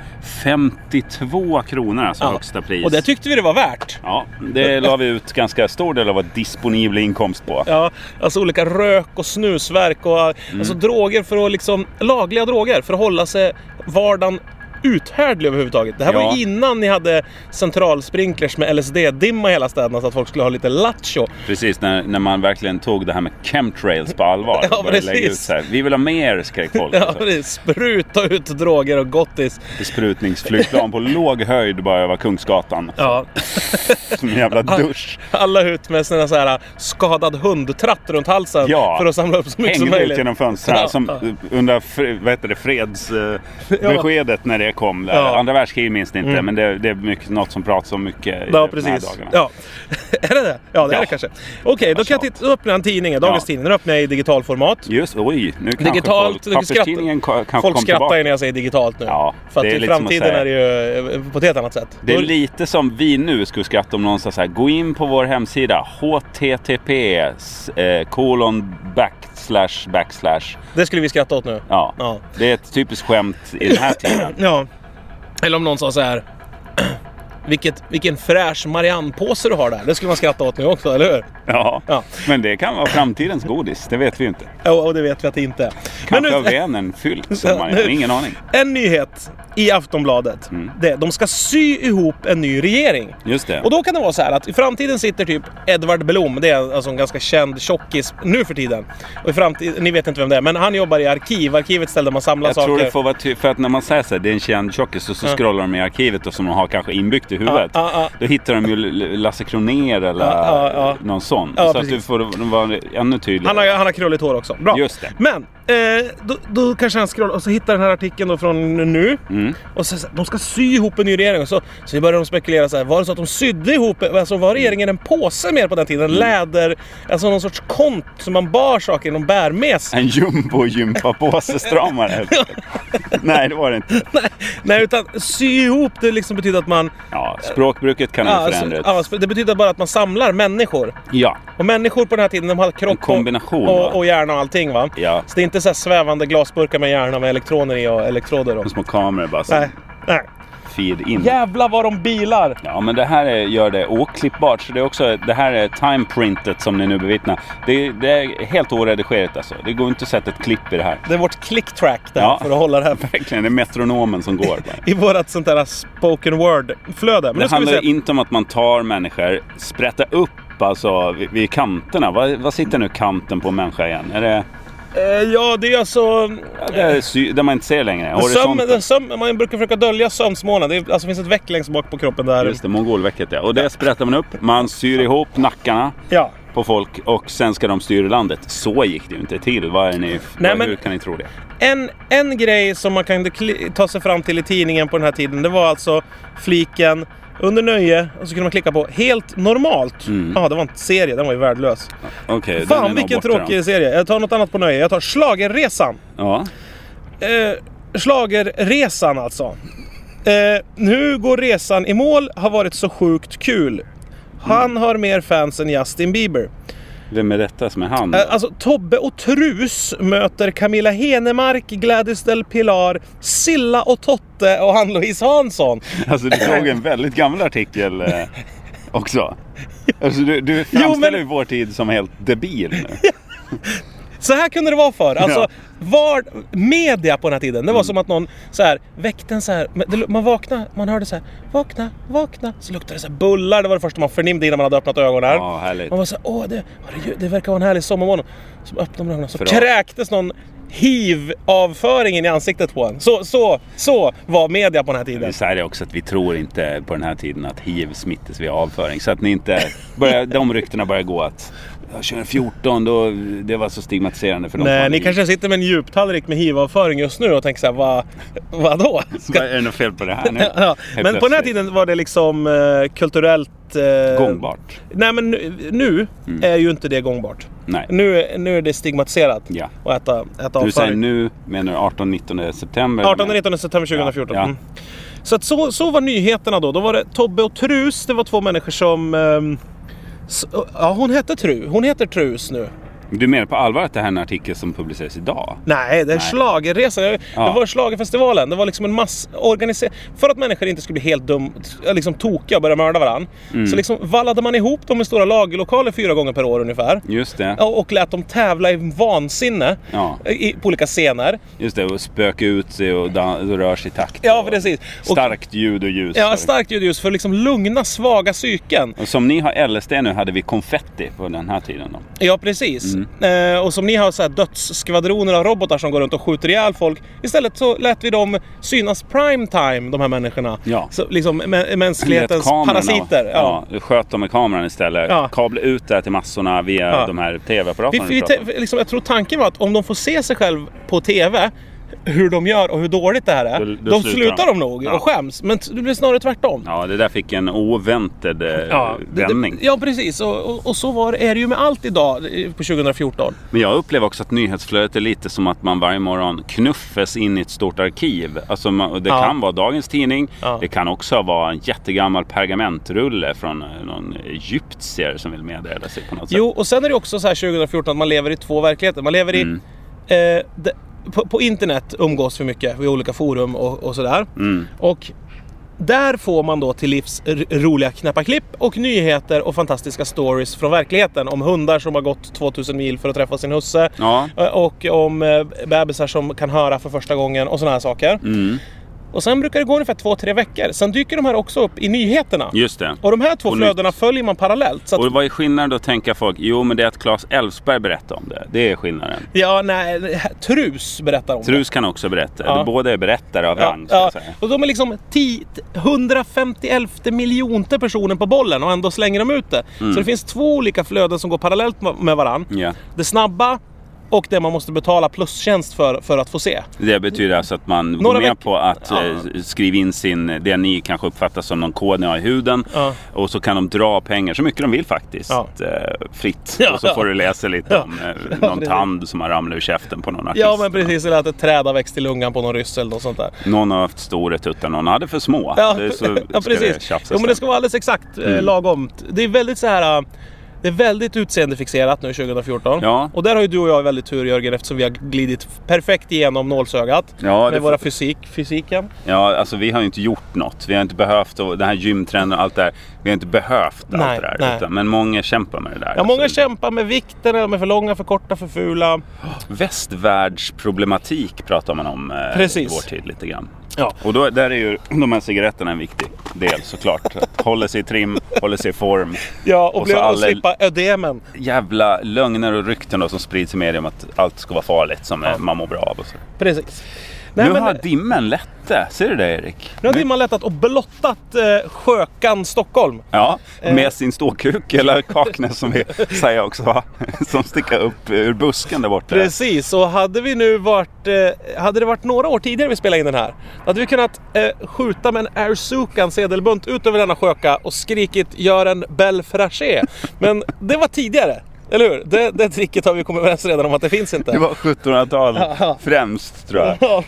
Speaker 1: 52 kronor alltså högsta pris.
Speaker 2: Och det tyckte vi det var värt.
Speaker 1: Ja, det la vi ut ganska stor del av vår disponibla inkomst på.
Speaker 2: Ja, alltså olika rök och snusverk och
Speaker 1: Mm.
Speaker 2: alltså droger för att liksom, lagliga droger för att hålla sig vardagen uthärdlig överhuvudtaget. Det här var
Speaker 1: Ja.
Speaker 2: ju innan ni hade centralsprinklers med LSD-dimma i hela städerna så att folk skulle ha lite lattjo.
Speaker 1: Precis, när, när man verkligen tog det här med chemtrails på allvar.
Speaker 2: Ja,
Speaker 1: Började lägga
Speaker 2: precis.
Speaker 1: ut så här, Vi vill ha mer, skrek folk. Alltså,
Speaker 2: Ja,
Speaker 1: Ja.
Speaker 2: precis. spruta ut droger och gottis.
Speaker 1: Besprutningsflygplan på låg höjd bara över Kungsgatan.
Speaker 2: Ja,
Speaker 1: Som en jävla dusch.
Speaker 2: alla ut med sina så här eh, skadad hundtratt runt halsen
Speaker 1: Ja.
Speaker 2: för att samla upp så mycket som
Speaker 1: Hängde ut
Speaker 2: möjligt.
Speaker 1: genom fönstren här,
Speaker 2: Ja,
Speaker 1: som
Speaker 2: ja.
Speaker 1: under fr- vad heter det, fredsbeskedet eh, när det det kom. Där.
Speaker 2: Ja. Mm.
Speaker 1: Andra världskriget minns ni inte, men det, det är mycket, något som pratas om mycket i
Speaker 2: Ja,
Speaker 1: de här
Speaker 2: precis.
Speaker 1: dagarna.
Speaker 2: Ja. är det det? Ja, det är
Speaker 1: Ja.
Speaker 2: det kanske. Okej, då kan jag titta, då öppnar jag en tidning. eh, Dagens
Speaker 1: Ja.
Speaker 2: tidning. Den öppnar jag i digitalformat.
Speaker 1: Just oj, nu kanske
Speaker 2: Digitalt,
Speaker 1: folk...
Speaker 2: du kan skratta.
Speaker 1: Papperstidningen ko- kanske
Speaker 2: Folk
Speaker 1: kom
Speaker 2: skrattar
Speaker 1: tillbaka.
Speaker 2: ju när jag säger digitalt nu.
Speaker 1: Ja,
Speaker 2: för att
Speaker 1: det är
Speaker 2: i
Speaker 1: lite som att
Speaker 2: framtiden
Speaker 1: säga-
Speaker 2: är det ju eh, på ett helt annat sätt.
Speaker 1: Det är
Speaker 2: Då-
Speaker 1: lite som vi nu skulle skratta om någon sa så här, gå in på vår hemsida http eh, colon backslash backslash.
Speaker 2: det skulle vi skratta åt nu.
Speaker 1: Ja.
Speaker 2: Ja.
Speaker 1: det är ett typiskt skämt i den här tiden.
Speaker 2: Ja. Eller om någon sa så här. Vilket, vilken fräsch Marianne-påse du har där. Det skulle man skratta åt nu också, eller hur?
Speaker 1: Ja.
Speaker 2: Ja.
Speaker 1: men det kan vara framtidens godis, det vet vi ju inte.
Speaker 2: Ja, och det vet vi att det inte är. Men
Speaker 1: Kanske har
Speaker 2: nu,
Speaker 1: Vänern fyllt, så man har
Speaker 2: Nu-
Speaker 1: ingen aning.
Speaker 2: en nyhet i Aftonbladet.
Speaker 1: Mm.
Speaker 2: Det, de ska sy ihop en ny regering.
Speaker 1: Just det.
Speaker 2: Och då kan det vara så här att i framtiden sitter typ Edvard Blom, det är alltså en ganska känd tjockis nu för tiden. Och i framtiden, ni vet inte vem det är, men han jobbar i arkiv. Arkivet ställer man samlar
Speaker 1: jag
Speaker 2: saker.
Speaker 1: tror det får vara ty- för att när man säger så här, det är en känd tjockis och så scrollar de i arkivet och som de har kanske inbyggt i huvudet.
Speaker 2: Ja, ja, ja.
Speaker 1: Då hittar de ju L- L- Lasse Kronér eller
Speaker 2: Ja, ja, ja.
Speaker 1: någon sån.
Speaker 2: Ja,
Speaker 1: så att du
Speaker 2: precis.
Speaker 1: får vara ännu tydligare.
Speaker 2: Han har, han har krulligt hår också. Bra.
Speaker 1: Just det.
Speaker 2: Men eh, då, då kanske han scrollar och så hittar den här artikeln då från nu.
Speaker 1: Mm.
Speaker 2: Och så, de ska sy ihop en ny regering. Och så, så börjar de spekulera så här. Var det så att de sydde ihop, alltså var regeringen en påse mer på den
Speaker 1: Mm.
Speaker 2: tiden? Läder, alltså någon sorts kont som man bar saker i, de bär med sig.
Speaker 1: En jumbo gympapåsestramare. Nej, det var det inte.
Speaker 2: Nej, nej, utan sy ihop det liksom betyder att man...
Speaker 1: Ja, språkbruket kan ha
Speaker 2: Ja, alltså,
Speaker 1: förändrats.
Speaker 2: ja, det betyder bara att man samlar människor.
Speaker 1: Ja,
Speaker 2: Och människor på den här tiden, de hade kropp
Speaker 1: En kombination,
Speaker 2: och,
Speaker 1: va?
Speaker 2: och, och hjärna och allting va?
Speaker 1: Ja.
Speaker 2: Så det är inte så här svävande glasburkar med hjärna med elektroner i och elektroder. Och.
Speaker 1: med små kameror bara så
Speaker 2: Nej, nej.
Speaker 1: feed in.
Speaker 2: Jävlar vad de bilar!
Speaker 1: Ja, men det här är, gör det oklippbart. Så det, är också, det här är timeprintet som ni nu bevittnar. Det, det är helt oredigerat alltså. Det går inte att sätta ett klipp i det här.
Speaker 2: Det är vårt click-track där
Speaker 1: Ja.
Speaker 2: för att hålla det här
Speaker 1: Verkligen, det är metronomen som går. Bara.
Speaker 2: i vårt sånt där spoken word-flöde. Men nu
Speaker 1: Det
Speaker 2: ska vi
Speaker 1: handlar
Speaker 2: se.
Speaker 1: inte om att man tar människor, sprättar upp alltså vid, vid kanterna. Vad, vad sitter nu kanten på en människa igen? Är det,
Speaker 2: Eh, ja, det är alltså...
Speaker 1: det är sy- där man inte ser längre?
Speaker 2: Söm,
Speaker 1: Horisonten?
Speaker 2: den söm, man brukar försöka dölja sömsmålen. Det är, alltså, finns ett veck längst bak på kroppen där.
Speaker 1: Just det, mongolvecket ja. Och det sprättar man upp. Man syr ihop nackarna
Speaker 2: Ja.
Speaker 1: på folk och sen ska de styra landet. Så gick det ju inte till. Vad är ni,
Speaker 2: Nej,
Speaker 1: vad,
Speaker 2: men-
Speaker 1: Hur kan ni tro det?
Speaker 2: En, en grej som man kan kli- ta sig fram till i tidningen på den här tiden, det var alltså fliken under nöje och så kunde man klicka på helt normalt. Ja, det var inte serie, den var ju värdelös.
Speaker 1: Okej, Mm. den är
Speaker 2: Fan
Speaker 1: nog
Speaker 2: vilken
Speaker 1: borta då.
Speaker 2: tråkig serie. Jag tar något annat på nöje. Jag tar Schlagerresan.
Speaker 1: Ja.
Speaker 2: Eh, Schlagerresan alltså. Eh, nu går resan i mål, har varit så sjukt kul. Han har mer fans än Justin Bieber.
Speaker 1: Vem är detta som är han?
Speaker 2: Eh, Alltså Tobbe och Trus möter Camilla Henemark, Gladys del Pilar, Silla och Totte och Ann-Louise Hansson.
Speaker 1: Alltså du såg en väldigt gammal artikel eh, också. Alltså, du, du framställer
Speaker 2: men-
Speaker 1: ju vår tid som helt debil nu.
Speaker 2: Så här kunde det vara för. Alltså,
Speaker 1: Ja. Mm.
Speaker 2: var, media på den här tiden, det var som att någon så här, väckte en så här, men det lu- man vaknade, man hörde så här, vakna, vakna. Så luktade det så här bullar, det var det första man förnimde innan man hade öppnat ögonen.
Speaker 1: Ja, härligt.
Speaker 2: Man var så här, åh det, åh, det, det verkar vara en härlig sommarmorgon. Så öppnade man ögonen, så
Speaker 1: För oss.
Speaker 2: kräktes någon hiv-avföringen i ansiktet på en. Så, så, så var media på den här tiden.
Speaker 1: Så här är också att vi tror inte på den här tiden att hiv smittas via avföring. Så att ni inte... Börjar, de ryktena börjar gå att ja, 2014, då, det var så stigmatiserande för dem. som
Speaker 2: Nej,
Speaker 1: hade
Speaker 2: ni
Speaker 1: hiv.
Speaker 2: kanske sitter med en djuptallrik med hiv-avföring just nu och tänker såhär, va, vadå?
Speaker 1: Så Vad är det något fel på det här nu?
Speaker 2: Ja,
Speaker 1: Helt
Speaker 2: men på den här
Speaker 1: plötsligt.
Speaker 2: tiden var det liksom eh, kulturellt... Eh,
Speaker 1: Gångbart. Mm.
Speaker 2: Nej, men nu, nu är ju inte det gångbart.
Speaker 1: Nej.
Speaker 2: Nu, nu är det stigmatiserat
Speaker 1: Ja.
Speaker 2: att äta, äta
Speaker 1: Du säger
Speaker 2: avföring.
Speaker 1: nu, menar du 18-19 september?
Speaker 2: 18-19 september 2014.
Speaker 1: Ja, ja.
Speaker 2: Mm. Så, att så, så var nyheterna då. Då var det Tobbe och Trus. Det var två människor som... ehm, s- ja, hon hette Tru. Hon heter Trus nu.
Speaker 1: Du menar på allvar att det här är en artikel som publiceras idag?
Speaker 2: Nej, det är schlagerresan. Det
Speaker 1: Ja.
Speaker 2: var schlagerfestivalen. Det var liksom en massorganiserad... För att människor inte skulle bli helt dum, liksom tokiga och börja mörda varandra.
Speaker 1: Mm.
Speaker 2: Så liksom vallade man ihop dem i stora lagerlokaler fyra gånger per år ungefär.
Speaker 1: Just det.
Speaker 2: Och och lät dem tävla i vansinne
Speaker 1: Ja.
Speaker 2: i, på olika scener.
Speaker 1: Just det, och spöka ut sig och, dan- och rör sig i takt.
Speaker 2: Ja,
Speaker 1: och
Speaker 2: precis. Och,
Speaker 1: Starkt ljud och ljus.
Speaker 2: ja, starkt ljud just för att liksom lugna svaga psyken.
Speaker 1: och som ni har LSD nu hade vi konfetti på den här tiden. Då.
Speaker 2: Ja, precis.
Speaker 1: Mm.
Speaker 2: Eh, och som ni har så här dödsskvadroner av robotar som går runt och skjuter ihjäl folk. Istället så lät vi dem synas prime time, de här människorna.
Speaker 1: Ja.
Speaker 2: Så, liksom mä-
Speaker 1: Lät
Speaker 2: mänsklighetens
Speaker 1: kamerorna-
Speaker 2: parasiter. Ja.
Speaker 1: Ja. sköt dem med kameran istället.
Speaker 2: Ja.
Speaker 1: Kabla ut det här till massorna via
Speaker 2: Ja.
Speaker 1: de här
Speaker 2: Vi,
Speaker 1: TV-apparaterna. du
Speaker 2: vi,
Speaker 1: pratar om.
Speaker 2: te- liksom, jag tror tanken var att om de får se sig själv på TV hur de gör och hur dåligt det här är.
Speaker 1: Då- då
Speaker 2: de
Speaker 1: slutar de.
Speaker 2: slutar de nog
Speaker 1: Ja.
Speaker 2: och skäms. Men det blir snarare tvärtom.
Speaker 1: Ja, det där fick en oväntad eh,
Speaker 2: det- det-
Speaker 1: vändning.
Speaker 2: ja precis. Och, och, och så var, är det ju med allt idag eh, på 2014.
Speaker 1: Men jag upplever också att nyhetsflödet är lite som att man varje morgon knuffas in i ett stort arkiv. Alltså man, det
Speaker 2: Ja.
Speaker 1: kan vara dagens tidning.
Speaker 2: Ja.
Speaker 1: Det kan också vara en jättegammal pergamentrulle från eh, någon egyptier som vill meddela sig på något sätt.
Speaker 2: Jo, och sen är det också så här 2014 att man lever i två verkligheter. Man lever i...
Speaker 1: Mm.
Speaker 2: Eh, de, på, på internet umgås vi mycket, i olika forum och, och sådär.
Speaker 1: Mm.
Speaker 2: Och där får man då till livs r- roliga knäppa klipp och nyheter och fantastiska stories från verkligheten. Om hundar som har gått 2000 mil för att träffa sin husse.
Speaker 1: Ja.
Speaker 2: Eh, Och om eh, bebisar som kan höra för första gången och sådana här saker.
Speaker 1: Mm.
Speaker 2: Och sen brukar det gå ungefär två, tre veckor. Sen dyker de här också upp i nyheterna.
Speaker 1: Just det.
Speaker 2: Och de här två
Speaker 1: Och nytt.
Speaker 2: flödena följer man parallellt. Så att
Speaker 1: Och vad är skillnaden då tänker folk? Jo, men det är att Claes Elfsberg berättar om det. Det är skillnaden.
Speaker 2: Ja, nej, Trus berättar om
Speaker 1: Trus kan också berätta.
Speaker 2: Ja.
Speaker 1: Båda är berättare av
Speaker 2: det. Ja,
Speaker 1: rang. så
Speaker 2: ja.
Speaker 1: att säga.
Speaker 2: Och de är liksom 10, 151 miljonte personen på bollen och ändå slänger de ut det.
Speaker 1: Mm.
Speaker 2: Så det finns två olika flöden som går parallellt ma- med varandra.
Speaker 1: Ja.
Speaker 2: Det snabba och det man måste betala plustjänst för, för att få se.
Speaker 1: Det betyder alltså att man
Speaker 2: Några
Speaker 1: går med
Speaker 2: veck-
Speaker 1: på att
Speaker 2: Ja.
Speaker 1: eh, skriva in sin, det ni kanske uppfattar som någon kod ni har i huden.
Speaker 2: Ja.
Speaker 1: Och så kan de dra pengar så mycket de vill faktiskt.
Speaker 2: Ja.
Speaker 1: Eh, fritt.
Speaker 2: Ja.
Speaker 1: Och så får du läsa lite
Speaker 2: Ja.
Speaker 1: om eh,
Speaker 2: Ja,
Speaker 1: någon
Speaker 2: precis.
Speaker 1: tand som har ramlat ur käften på någon artist.
Speaker 2: Ja, men precis. Eller att ett träd har växt i lungan på någon ryss eller något sånt där.
Speaker 1: Någon har haft stora tuttar, någon hade för små.
Speaker 2: Ja,
Speaker 1: Det är så
Speaker 2: ja
Speaker 1: ska det
Speaker 2: precis.
Speaker 1: tjafsas
Speaker 2: jo, men det ska vara alldeles exakt eh,
Speaker 1: Mm.
Speaker 2: lagom. Det är väldigt så här... eh, Det är väldigt utseendefixerat nu 2014.
Speaker 1: Ja.
Speaker 2: Och där har ju du och jag väldigt tur Jörgen eftersom vi har glidit perfekt igenom nålsögat.
Speaker 1: Ja, det
Speaker 2: med våra
Speaker 1: får-
Speaker 2: fysik, fysiken.
Speaker 1: Ja, alltså vi har ju inte gjort något. Vi har inte behövt och, den här gymtrenden och allt det där. Vi har inte behövt
Speaker 2: Nej,
Speaker 1: allt det där.
Speaker 2: nej.
Speaker 1: Utan, men många kämpar med det där.
Speaker 2: Ja, många
Speaker 1: Alltså,
Speaker 2: kämpar med vikten, de är för långa, för korta, för fula.
Speaker 1: Västvärldsproblematik pratar man om eh, i
Speaker 2: Precis.
Speaker 1: vår tid lite grann.
Speaker 2: Ja.
Speaker 1: Och då, där är ju de här cigaretterna en viktig del såklart. Att hålla sig i trim, hålla sig i form.
Speaker 2: Ja, och,
Speaker 1: Och
Speaker 2: bli,
Speaker 1: så
Speaker 2: och
Speaker 1: alla-
Speaker 2: slippa ödemen.
Speaker 1: Jävla lögner och rykten då, som sprids i media om att allt ska vara farligt som eh, man mår bra av. Och så.
Speaker 2: Precis. Nej,
Speaker 1: nu
Speaker 2: men,
Speaker 1: har dimmen lättat. Ser du det Erik?
Speaker 2: nu har dimman lättat och blottat eh, Sjökan Stockholm.
Speaker 1: Ja,
Speaker 2: Eh.
Speaker 1: med sin ståkuk eller kaknäs som vi säger också va? Som sticker upp ur busken där borta.
Speaker 2: Precis, och hade vi nu varit... Eh, hade det varit några år tidigare vi spelade in den här, hade vi kunnat eh, skjuta med en Airsukan sedelbunt ut över denna sjöka och skrikit gör en Belle Fraché. Men det var tidigare, eller hur? Det, det tricket har vi kommit överens redan om att det finns
Speaker 1: Det
Speaker 2: inte.
Speaker 1: var 1700-tal främst tror jag.
Speaker 2: Ja,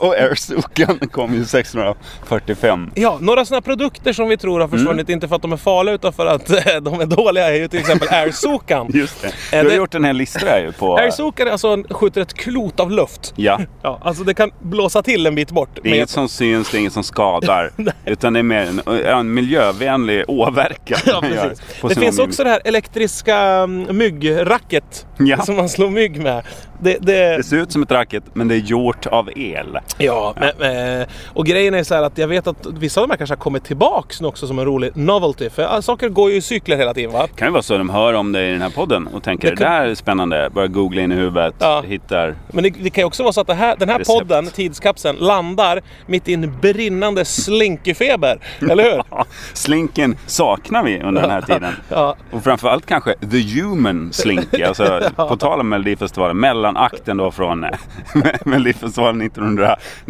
Speaker 1: Och airsukan kom ju 1645.
Speaker 2: Ja, några sådana produkter som vi tror har försvunnit,
Speaker 1: Mm.
Speaker 2: inte för att de är farliga utan för att eh, de är dåliga, är ju till exempel Airsukan.
Speaker 1: Just det. Du har
Speaker 2: det-
Speaker 1: gjort en hel lista här ju på...
Speaker 2: Airsukan är alltså en, skjuter ett klot av luft.
Speaker 1: Ja.
Speaker 2: Ja, alltså det kan blåsa till en bit bort.
Speaker 1: Det är
Speaker 2: med-
Speaker 1: inget som syns, det är inget som skadar. utan det är mer en, en miljövänlig åverkan.
Speaker 2: Ja,
Speaker 1: man gör
Speaker 2: precis.
Speaker 1: på
Speaker 2: Det
Speaker 1: sin
Speaker 2: finns
Speaker 1: omgivning.
Speaker 2: också det här elektriska mm, myggracket
Speaker 1: Ja.
Speaker 2: som man slår mygg med. Det, det,
Speaker 1: Det ser ut som ett racket, men det är gjort av el.
Speaker 2: ja, men, eh, och grejen är så här att jag vet att vissa av de här kanske har kommit tillbaks nu också som en rolig novelty. För eh, saker går ju i cykler hela tiden va?
Speaker 1: kan ju vara så att de hör om det i den här podden och tänker det,
Speaker 2: Det kan-
Speaker 1: där är spännande. Börjar googla in i huvudet,
Speaker 2: Ja.
Speaker 1: hittar...
Speaker 2: Men det, det kan ju också vara så att det här, den här
Speaker 1: Recept.
Speaker 2: podden, tidskapseln, landar mitt i en brinnande slinkefeber. eller hur?
Speaker 1: Ja, slinken saknar vi under den här tiden.
Speaker 2: Ja.
Speaker 1: Och framförallt kanske the human slink. Alltså, På tal om Melodifestivalen, mellanakten då från eh, Melodifestivalen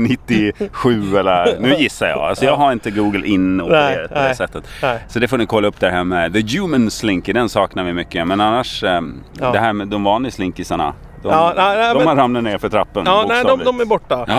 Speaker 1: 1997 eller nu gissar jag. Alltså, jag har inte Google in på
Speaker 2: Nej,
Speaker 1: det, på det
Speaker 2: nej,
Speaker 1: sättet.
Speaker 2: nej.
Speaker 1: Så det får ni kolla upp det här med the human slinky. Den saknar vi mycket. Men annars, eh, det här med de vanliga slinkisarna. De,
Speaker 2: Ja, nej, nej,
Speaker 1: de
Speaker 2: men-
Speaker 1: har ramlat ner för trappen
Speaker 2: Ja, nej, de,
Speaker 1: bokstavligt.
Speaker 2: de är borta.
Speaker 1: Ja.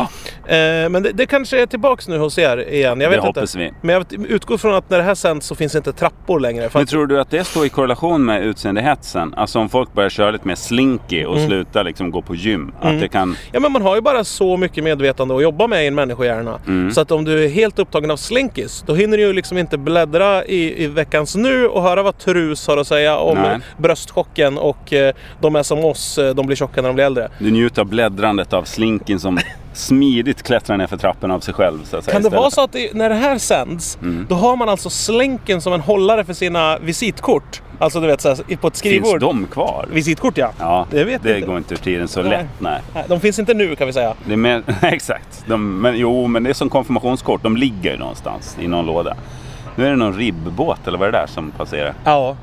Speaker 2: Eh, men det, det kanske är tillbaks nu hos er igen. Jag vet
Speaker 1: hoppas
Speaker 2: inte.
Speaker 1: vi.
Speaker 2: Men jag utgår från att när det här sänds så finns inte trappor längre. För
Speaker 1: Men
Speaker 2: att,
Speaker 1: tror du att det står i korrelation med utseendehetsen? Alltså om folk börjar köra lite mer slinky
Speaker 2: Mm.
Speaker 1: och slutar liksom gå på gym. Att det kan...
Speaker 2: ja, men man har ju bara så mycket medvetande att jobba med i en människohjärna.
Speaker 1: Mm.
Speaker 2: Så att om du är helt upptagen av slinkis, då hinner du ju liksom inte bläddra i, i veckans nu och höra vad Trus har att säga om
Speaker 1: Nej.
Speaker 2: bröstchocken och eh, de är som oss, eh, de blir tjocka när de blir äldre.
Speaker 1: Du njuter av bläddrandet av slinkin som smidigt klättrar ner för trappen av sig själv. Så att säga,
Speaker 2: Kan det
Speaker 1: istället. Mm.
Speaker 2: vara så att det, när det här sänds, då har man alltså slänken som en hållare för sina visitkort? Alltså du vet, så här, på ett
Speaker 1: Finns
Speaker 2: skrivbord.
Speaker 1: de kvar?
Speaker 2: Visitkort ja.
Speaker 1: Ja,
Speaker 2: det vet jag inte.
Speaker 1: går inte ur tiden så
Speaker 2: Nej.
Speaker 1: lätt. Nej.
Speaker 2: Nej, De finns inte nu kan vi säga.
Speaker 1: Det är mer, exakt. De, men, jo, men det är som konfirmationskort. De ligger ju någonstans i någon låda. Nu är det någon ribbåt eller vad är det där som passerar?
Speaker 2: Ja.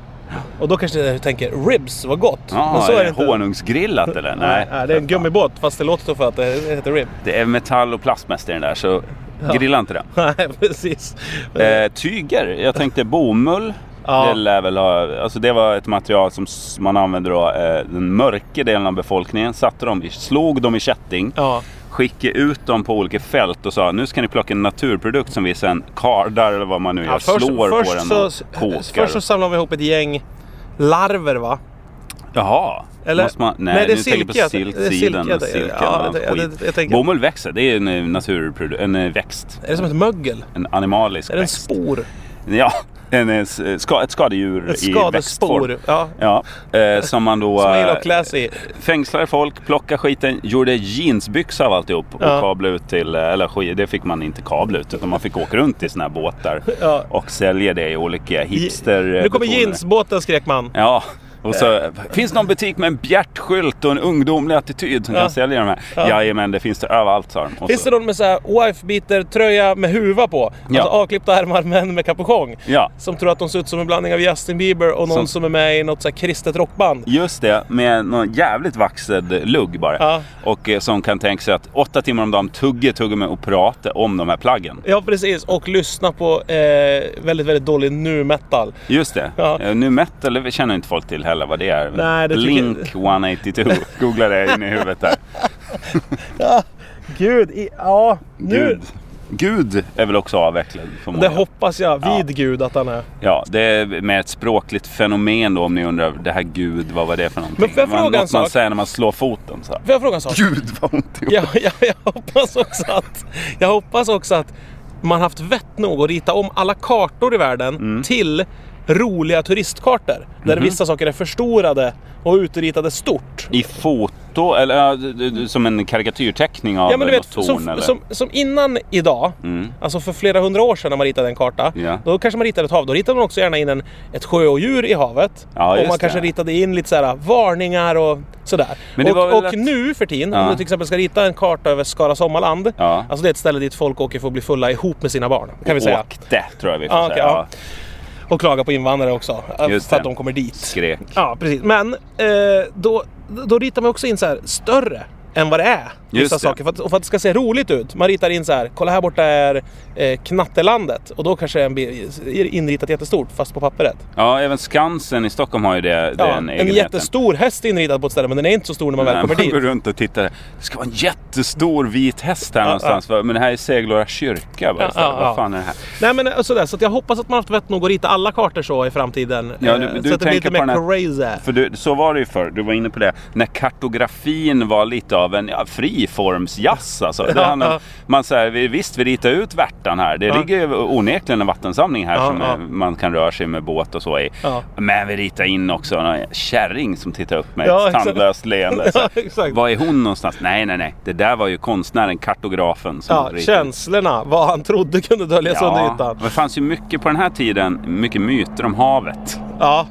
Speaker 2: Och då kanske du tänker ribs, vad gott.
Speaker 1: Ja, H&M
Speaker 2: Men så är det inte.
Speaker 1: honungsgrillat eller? Nej.
Speaker 2: Nej, det är en gummibåt fast det låter för att det heter rib.
Speaker 1: Det är metall och plastmästare den där så grilla inte den.
Speaker 2: Nej, precis.
Speaker 1: Eh, tyger, jag tänkte bomull.
Speaker 2: Ja.
Speaker 1: Det, lär väl ha, alltså det var ett material som s- man använde då, eh, den mörka delen av befolkningen. Satte dem, i- slog dem i kätting,
Speaker 2: Ja.
Speaker 1: skickade ut dem på olika fält och sa nu ska ni plocka en naturprodukt som vi sen kardar eller vad man nu gör.
Speaker 2: Ja, först,
Speaker 1: slår
Speaker 2: först,
Speaker 1: på den
Speaker 2: så,
Speaker 1: och kokar.
Speaker 2: först så samlar vi ihop ett gäng larver va?
Speaker 1: Jaha.
Speaker 2: Eller-
Speaker 1: Måste man, nej,
Speaker 2: nej, det är
Speaker 1: nu tänker jag på
Speaker 2: silke.
Speaker 1: silk,
Speaker 2: Det är
Speaker 1: siden
Speaker 2: silke.
Speaker 1: och silken.
Speaker 2: Ja,
Speaker 1: och
Speaker 2: det- ja,
Speaker 1: skit.
Speaker 2: det- jag tänker-
Speaker 1: Bomull växer, det är en eh, naturprodukt, en eh, växt.
Speaker 2: Är det som ett mögel?
Speaker 1: En animalisk
Speaker 2: Är det en
Speaker 1: växt.
Speaker 2: spor?
Speaker 1: Ja, en, eh, s- ska, ett skadedjur
Speaker 2: Ett
Speaker 1: i växtform.
Speaker 2: skadespor? Ja.
Speaker 1: Ja, eh, som man då
Speaker 2: Som man gillar
Speaker 1: eh,
Speaker 2: att klä sig i.
Speaker 1: fängslade folk, plockade skiten, gjorde jeansbyxor av alltihop och
Speaker 2: Ja.
Speaker 1: kablade ut till, eh, eller sk- det fick man inte kabla ut utan man fick åka runt i såna här båtar
Speaker 2: Ja.
Speaker 1: och sälja det i olika hipster... eh,
Speaker 2: Nu kommer
Speaker 1: betoner.
Speaker 2: jeansbåten skrek man.
Speaker 1: Ja, och så finns det någon butik med en bjärt skylt och en ungdomlig attityd som kan sälja de här. Jajamän, det finns det överallt sa de. Och
Speaker 2: Finns
Speaker 1: så-
Speaker 2: det någon med så här wife-beater-tröja med huva på?
Speaker 1: Ja.
Speaker 2: Alltså avklippta ärmar men med kapuschong.
Speaker 1: Ja.
Speaker 2: Som tror att de ser ut som en blandning av Justin Bieber och någon
Speaker 1: Som-
Speaker 2: som, är med i något så här kristet rockband.
Speaker 1: Just det, med någon jävligt vaxad lugg bara.
Speaker 2: Ja.
Speaker 1: Och eh, som kan tänka sig att åtta timmar om dagen tugga tugga med och prata om de här plaggen.
Speaker 2: Ja, precis. Och lyssna på eh, väldigt, väldigt dålig nu metal.
Speaker 1: Just det.
Speaker 2: Ja.
Speaker 1: Eh, Nu metal det känner inte folk till heller vad det är.
Speaker 2: Nej, det tycker jag-
Speaker 1: Blink 182. Googla det in i huvudet där.
Speaker 2: Gud, i, ja.
Speaker 1: Gud. Gud är väl också avvecklad
Speaker 2: Det
Speaker 1: förmodligen.
Speaker 2: hoppas jag vid Gud att han är.
Speaker 1: Ja, det är med ett språkligt fenomen då om ni undrar det här gud, vad var det för någonting?
Speaker 2: Men får jag
Speaker 1: Det var
Speaker 2: fråga en
Speaker 1: något man
Speaker 2: sak?
Speaker 1: säger när man slår foten så här.
Speaker 2: Får jag fråga en sak?
Speaker 1: Gud vad ont det gjorde.
Speaker 2: Jag, jag, jag, hoppas också att, jag hoppas också att man haft vett nog att rita om alla kartor i världen till roliga turistkartor. Där vissa saker är förstorade och utritade stort.
Speaker 1: I foto, eller ja, d- d- d- som en karikatyrteckning av
Speaker 2: Ja, men du vet,
Speaker 1: något torn
Speaker 2: som,
Speaker 1: eller? Mm.
Speaker 2: som, som innan idag, alltså för flera hundra år sedan när man ritade en karta,
Speaker 1: Ja.
Speaker 2: då kanske man ritade ett hav. Då ritade man också gärna in en, ett sjöodjur i havet.
Speaker 1: Ja,
Speaker 2: och
Speaker 1: just
Speaker 2: man
Speaker 1: det.
Speaker 2: kanske ritade in lite så här, varningar och sådär.
Speaker 1: Men det
Speaker 2: och
Speaker 1: var väl
Speaker 2: och
Speaker 1: att-
Speaker 2: nu för tiden,
Speaker 1: Ja.
Speaker 2: om du till exempel ska rita en karta över Skara Sommarland,
Speaker 1: Ja.
Speaker 2: alltså det är ett ställe dit folk åker för att bli fulla ihop med sina barn. Kan vi säga.
Speaker 1: Åkte, tror jag vi får
Speaker 2: Ja,
Speaker 1: säga.
Speaker 2: okej, ja. Och klaga på invandrare också,
Speaker 1: Just
Speaker 2: för
Speaker 1: det.
Speaker 2: att de kommer dit.
Speaker 1: Skrek.
Speaker 2: Ja, precis. Men eh, då, då ritar man också in så här större än vad det är.
Speaker 1: Just
Speaker 2: Vissa
Speaker 1: det.
Speaker 2: saker. För att, och för att det ska se roligt ut. Man ritar in så här, kolla här borta är eh, knattelandet. Och då kanske en blir inritat jättestort, fast på pappret.
Speaker 1: Ja, även Skansen i Stockholm har ju det,
Speaker 2: Ja,
Speaker 1: den
Speaker 2: en
Speaker 1: egenheten.
Speaker 2: jättestor häst inritad på ett ställe, men den är inte så stor när man väl
Speaker 1: Nej,
Speaker 2: kommer
Speaker 1: man
Speaker 2: dit.
Speaker 1: går runt och tittar. Det ska vara en jättestor vit häst här
Speaker 2: Ja,
Speaker 1: någonstans. Men det här är Seglora kyrka. Bara,
Speaker 2: Ja,
Speaker 1: så här,
Speaker 2: ja,
Speaker 1: Vad
Speaker 2: ja.
Speaker 1: fan är det här?
Speaker 2: Nej men eh, sådär, så att jag hoppas att man haft vett nog att rita alla kartor så i framtiden.
Speaker 1: Ja, du-
Speaker 2: eh,
Speaker 1: du
Speaker 2: så att det
Speaker 1: tänker
Speaker 2: blir lite mer
Speaker 1: på den
Speaker 2: crazy.
Speaker 1: För du, så var det ju förr, du var inne på det. När kartografin var lite av en ja, friformsjazz alltså. Det
Speaker 2: Ja,
Speaker 1: handlar om,
Speaker 2: ja.
Speaker 1: man säger, vi- visst vi ritar ut Värtan här. Det
Speaker 2: Ja.
Speaker 1: ligger ju onekligen en vattensamling här
Speaker 2: Ja,
Speaker 1: som
Speaker 2: ja.
Speaker 1: eh, man kan röra sig med båt och så i.
Speaker 2: Ja.
Speaker 1: Men vi ritar in också en kärring som tittar upp med
Speaker 2: Ja,
Speaker 1: ett
Speaker 2: exakt.
Speaker 1: tandlöst leende. Så,
Speaker 2: Ja, exakt.
Speaker 1: var är hon någonstans? Nej, nej, nej. Det där var ju konstnären, kartografen som
Speaker 2: Ja,
Speaker 1: ritade.
Speaker 2: känslorna, vad han trodde kunde döljas under ytan.
Speaker 1: det fanns ju mycket på den här tiden, mycket myter om havet.
Speaker 2: Ja.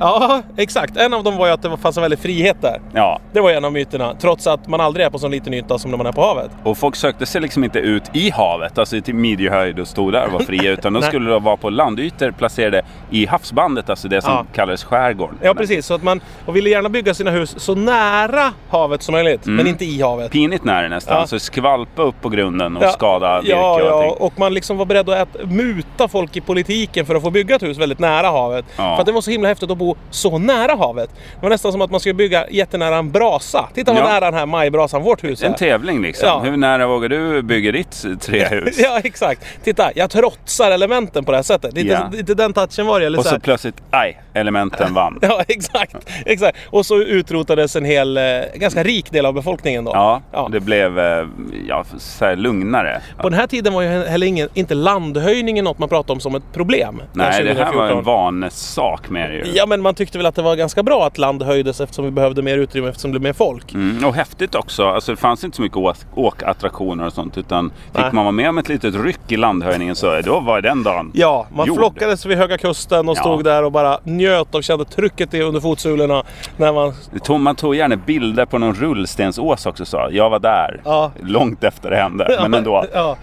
Speaker 2: ja, exakt. En av dem var ju att det fanns en väldig frihet där.
Speaker 1: Ja,
Speaker 2: Det var en av myterna, trots att man aldrig är på så liten yta som när man är på havet.
Speaker 1: och folk sökte sig liksom inte ut i havet, alltså till midjehöjd och stod där och var fria, utan de skulle då vara på landytor placerade i havsbandet, alltså det som
Speaker 2: Ja.
Speaker 1: kallades skärgården.
Speaker 2: Ja, precis. Så att man och ville gärna bygga sina hus så nära havet som möjligt,
Speaker 1: Mm.
Speaker 2: men inte i havet.
Speaker 1: Pinigt nära nästan,
Speaker 2: Ja.
Speaker 1: så skvalpa upp på grunden och
Speaker 2: Ja,
Speaker 1: skada virke
Speaker 2: ja,
Speaker 1: och
Speaker 2: ja,
Speaker 1: allting.
Speaker 2: och man liksom var beredd att ät- muta folk i politiken för att få bygga ett hus väldigt nära havet.
Speaker 1: Ja.
Speaker 2: För att det var så himla häftigt att bo så nära havet. Det var nästan som att man skulle bygga jättenära en brasa. Titta vad
Speaker 1: Ja.
Speaker 2: nära den här majbrasan vårt hus är.
Speaker 1: En tävling liksom.
Speaker 2: Ja.
Speaker 1: Hur nära vågar du bygga ditt trähus?
Speaker 2: Ja, exakt. Titta, jag trotsar elementen på det här sättet. Lite,
Speaker 1: Ja.
Speaker 2: lite den touchen var det. Eller
Speaker 1: och
Speaker 2: så
Speaker 1: så
Speaker 2: här.
Speaker 1: plötsligt, aj, elementen vann.
Speaker 2: Ja, exakt, exakt. Och så utrotades en hel, eh, ganska rik del av befolkningen då.
Speaker 1: Ja, det blev eh, ja, så här lugnare.
Speaker 2: På den här tiden var ju heller ingen, inte landhöjningen något man pratade om som ett problem.
Speaker 1: Nej, det här var en
Speaker 2: 2014.
Speaker 1: vanesak med det ju.
Speaker 2: Ja, men man tyckte väl att det var ganska bra att land höjdes eftersom vi behövde mer utrymme eftersom det blev mer folk.
Speaker 1: Mm, och häftigt också. Alltså, det fanns inte så mycket åk- åkattraktioner och sånt. Utan
Speaker 2: Nej.
Speaker 1: fick man vara med om ett litet ryck i landhöjningen så då var det den dagen.
Speaker 2: Ja, man
Speaker 1: Jord.
Speaker 2: flockades vid Höga Kusten och
Speaker 1: Ja.
Speaker 2: stod där och bara njöt och kände trycket i under fotsulorna. När man...
Speaker 1: Det tog, man tog gärna bilder på någon rullstensås också. Så. Jag var där.
Speaker 2: Ja.
Speaker 1: Långt efter det hände. Men ändå.
Speaker 2: Ja.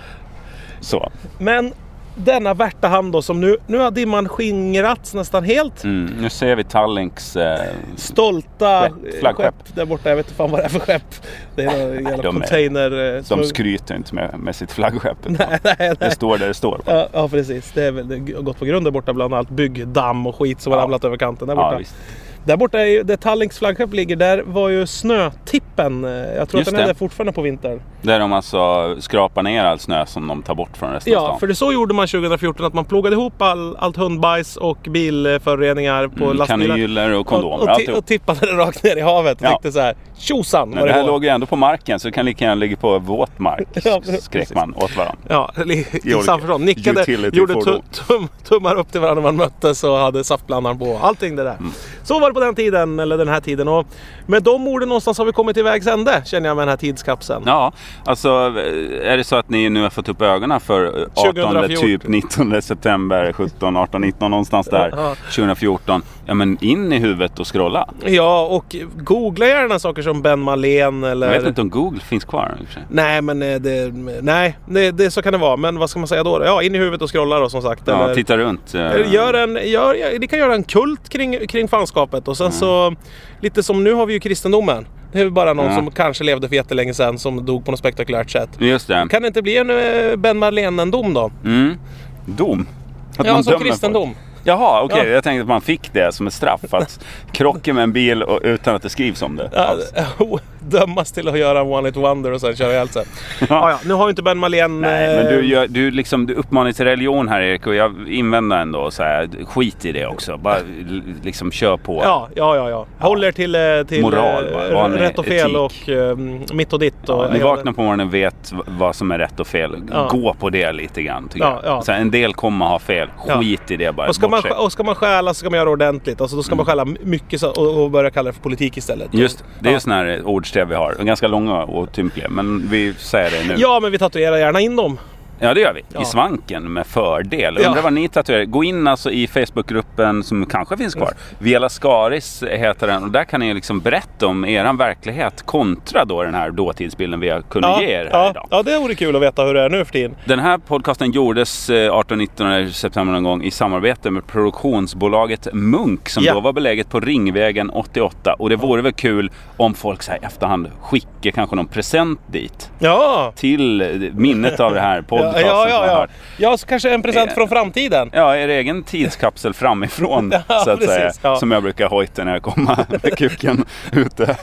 Speaker 1: Så.
Speaker 2: Men denna Värtahamn då som nu, nu har dimman skingrats nästan helt.
Speaker 1: Mm. Nu ser vi Tallinks... Eh,
Speaker 2: Stolta
Speaker 1: Skepp,
Speaker 2: eh,
Speaker 1: flaggskepp.
Speaker 2: skepp där borta. Jag vet inte fan vad det är för skepp. Det är någon jävla
Speaker 1: de är-
Speaker 2: container... eh,
Speaker 1: de
Speaker 2: smugg-
Speaker 1: skryter inte med, med sitt flaggskepp. utan
Speaker 2: nej, nej,
Speaker 1: Det
Speaker 2: nej.
Speaker 1: står där det står. va?
Speaker 2: Ja, ja precis, det, är väl, det har gått på grund där borta bland allt byggdamm och skit som har
Speaker 1: Ja.
Speaker 2: ramlat över kanten där borta.
Speaker 1: Ja, visst.
Speaker 2: Där borta, är ju, där Tallinks flaggskepp ligger, där var ju snötippen. eh, Jag tror
Speaker 1: Just
Speaker 2: att den är
Speaker 1: det.
Speaker 2: där fortfarande på vintern.
Speaker 1: Där de alltså skrapar ner all snö som de tar bort från resten av
Speaker 2: Ja,
Speaker 1: stan.
Speaker 2: för det så gjorde man 2014 att man plogade ihop all, allt hundbajs och bilföroreningar på
Speaker 1: Mm,
Speaker 2: lastbilar.
Speaker 1: Kanyler och kondomer
Speaker 2: och, och, ti-
Speaker 1: alltihop.
Speaker 2: och tippade det rakt ner i havet och
Speaker 1: Ja.
Speaker 2: tänkte så här, tjosan
Speaker 1: Men
Speaker 2: vad
Speaker 1: det
Speaker 2: det
Speaker 1: här
Speaker 2: går.
Speaker 1: låg ju ändå på marken så det kan lika gärna ligga på våt mark.
Speaker 2: Ja, precis.
Speaker 1: skrek man åt varandra.
Speaker 2: Ja, i
Speaker 1: olika
Speaker 2: samförstånd. Nickade,
Speaker 1: utility
Speaker 2: gjorde
Speaker 1: typ fordon.
Speaker 2: tu, tum, tummar upp till varandra när man möttes och hade saftblandaren på. Allting det där.
Speaker 1: Mm.
Speaker 2: Så var det på den tiden, eller den här tiden. Och med de orden någonstans har vi kommit till vägs ände, känner jag med den här tidskapseln.
Speaker 1: Ja, alltså är det så att ni nu har fått upp ögonen för 18,
Speaker 2: 2014?
Speaker 1: typ 19 september, 17, 18, 19 någonstans där,
Speaker 2: Ja.
Speaker 1: 2014. Ja men in i huvudet och scrolla.
Speaker 2: Ja, och googla gärna saker som Ben Malén eller...
Speaker 1: Jag vet inte om Google finns kvar i och för sig.
Speaker 2: Nej, men eh, det, nej, det, det, så kan det vara. Men vad ska man säga då? Ja, in i huvudet och scrolla då som sagt.
Speaker 1: Ja,
Speaker 2: eller-
Speaker 1: titta runt. eh,
Speaker 2: Eller Gör en, gör, ja, ni kan göra en kult kring, kring fanskapet och sen
Speaker 1: Mm.
Speaker 2: så lite som nu har vi ju kristendomen. Det är ju bara någon
Speaker 1: Ja.
Speaker 2: som kanske levde för jättelänge sedan som dog på något spektakulärt sätt.
Speaker 1: Just det.
Speaker 2: Kan det inte bli en eh, Ben Marlenen-dom då?
Speaker 1: Mm. Dom. Att
Speaker 2: ja,
Speaker 1: man
Speaker 2: som
Speaker 1: dömer folk.
Speaker 2: kristendom.
Speaker 1: Jaha, okej.
Speaker 2: Ja.
Speaker 1: Jag tänkte att man fick det som ett straff. Att krocka med en bil och, utan att det skrivs om det.
Speaker 2: Ja, dömas till att göra en one-hit wonder och sen köra ihjäl sig. ja, ja, nu har ju inte Ben Marlén...
Speaker 1: Nej, men
Speaker 2: eh,
Speaker 1: du, gör, du, liksom, du uppmanar till religion här Erik och jag invänder ändå. Så här, skit i det också. Bara l- liksom kör på.
Speaker 2: Ja, ja, ja. ja. Håll er till, eh, till eh,
Speaker 1: Moral, va? Vanlig
Speaker 2: rätt och fel
Speaker 1: etik.
Speaker 2: och eh, mitt och ditt. Och,
Speaker 1: Ja, ni vaknar på morgonen och vet v- vad som är rätt och fel.
Speaker 2: Ja.
Speaker 1: Gå på det lite grann tycker
Speaker 2: Ja,
Speaker 1: jag.
Speaker 2: ja.
Speaker 1: Så här, en del kommer ha fel.
Speaker 2: Ja.
Speaker 1: Skit i det bara.
Speaker 2: Och ska, man,
Speaker 1: Bortse.
Speaker 2: och ska man stjäla så ska man göra ordentligt. Alltså, då ska man stjäla mycket så, och, och börja kalla det för politik istället.
Speaker 1: Mm. Just det är
Speaker 2: Ja.
Speaker 1: ju sådana här ordstäv vi har. Ganska långa och otympliga. Men vi säger det nu.
Speaker 2: Ja, men vi tatuerar gärna in dem.
Speaker 1: Ja det gör vi.
Speaker 2: Ja.
Speaker 1: I svanken med fördel.
Speaker 2: Ja.
Speaker 1: Undrar vad ni tatuerar. Gå in alltså i Facebookgruppen som kanske finns kvar. Vela Skaris heter den. Och där kan ni liksom berätta om eran verklighet kontra då den här dåtidsbilden vi har kunnat ge er här
Speaker 2: ja,
Speaker 1: idag.
Speaker 2: ja, det vore kul att veta hur det är nu för tiden.
Speaker 1: Den här podcasten gjordes eh, 18-19 september någon gång i samarbete med produktionsbolaget Munk som
Speaker 2: Ja.
Speaker 1: då var beläget på Ringvägen 88. Och det vore väl kul om folk så här i efterhand skickar kanske någon present dit.
Speaker 2: Ja!
Speaker 1: Till eh, minnet av det här
Speaker 2: Ja,
Speaker 1: podcasten
Speaker 2: ja,
Speaker 1: som
Speaker 2: ja,
Speaker 1: har
Speaker 2: ja.
Speaker 1: hört.
Speaker 2: ja, så kanske en present
Speaker 1: Eh,
Speaker 2: från framtiden.
Speaker 1: Ja, er egen tidskapsel framifrån
Speaker 2: Ja,
Speaker 1: så att
Speaker 2: precis,
Speaker 1: säga.
Speaker 2: ja.
Speaker 1: Som jag brukar hojta när jag kommer med kuken ute.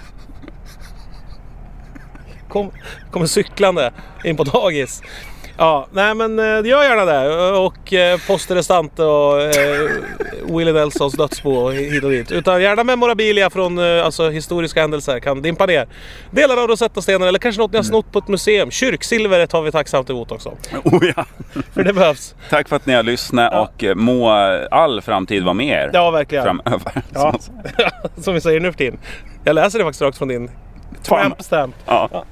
Speaker 2: Kom, kommer cyklande in på dagis. Ja, nej men eh, gör gärna det. Och eh, Posterestante och eh, Willie Nelsons dödsbo och hit och dit. Utan gärna memorabilia från eh, alltså, historiska händelser kan dimpa ner. Delar av rosettastenen eller kanske något ni har snott på ett museum. Kyrksilveret tar vi tacksamt emot också.
Speaker 1: Oh, ja.
Speaker 2: För det behövs.
Speaker 1: Tack för att ni har lyssnat och eh, må all framtid vara med er
Speaker 2: Ja, verkligen.
Speaker 1: framöver.
Speaker 2: Ja. Som vi säger nu för tiden. Jag läser det faktiskt rakt från din
Speaker 1: Fan.
Speaker 2: tramp stamp.
Speaker 1: Ja.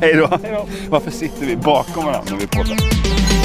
Speaker 1: Hej då. Varför sitter vi bakom varandra när vi poddar?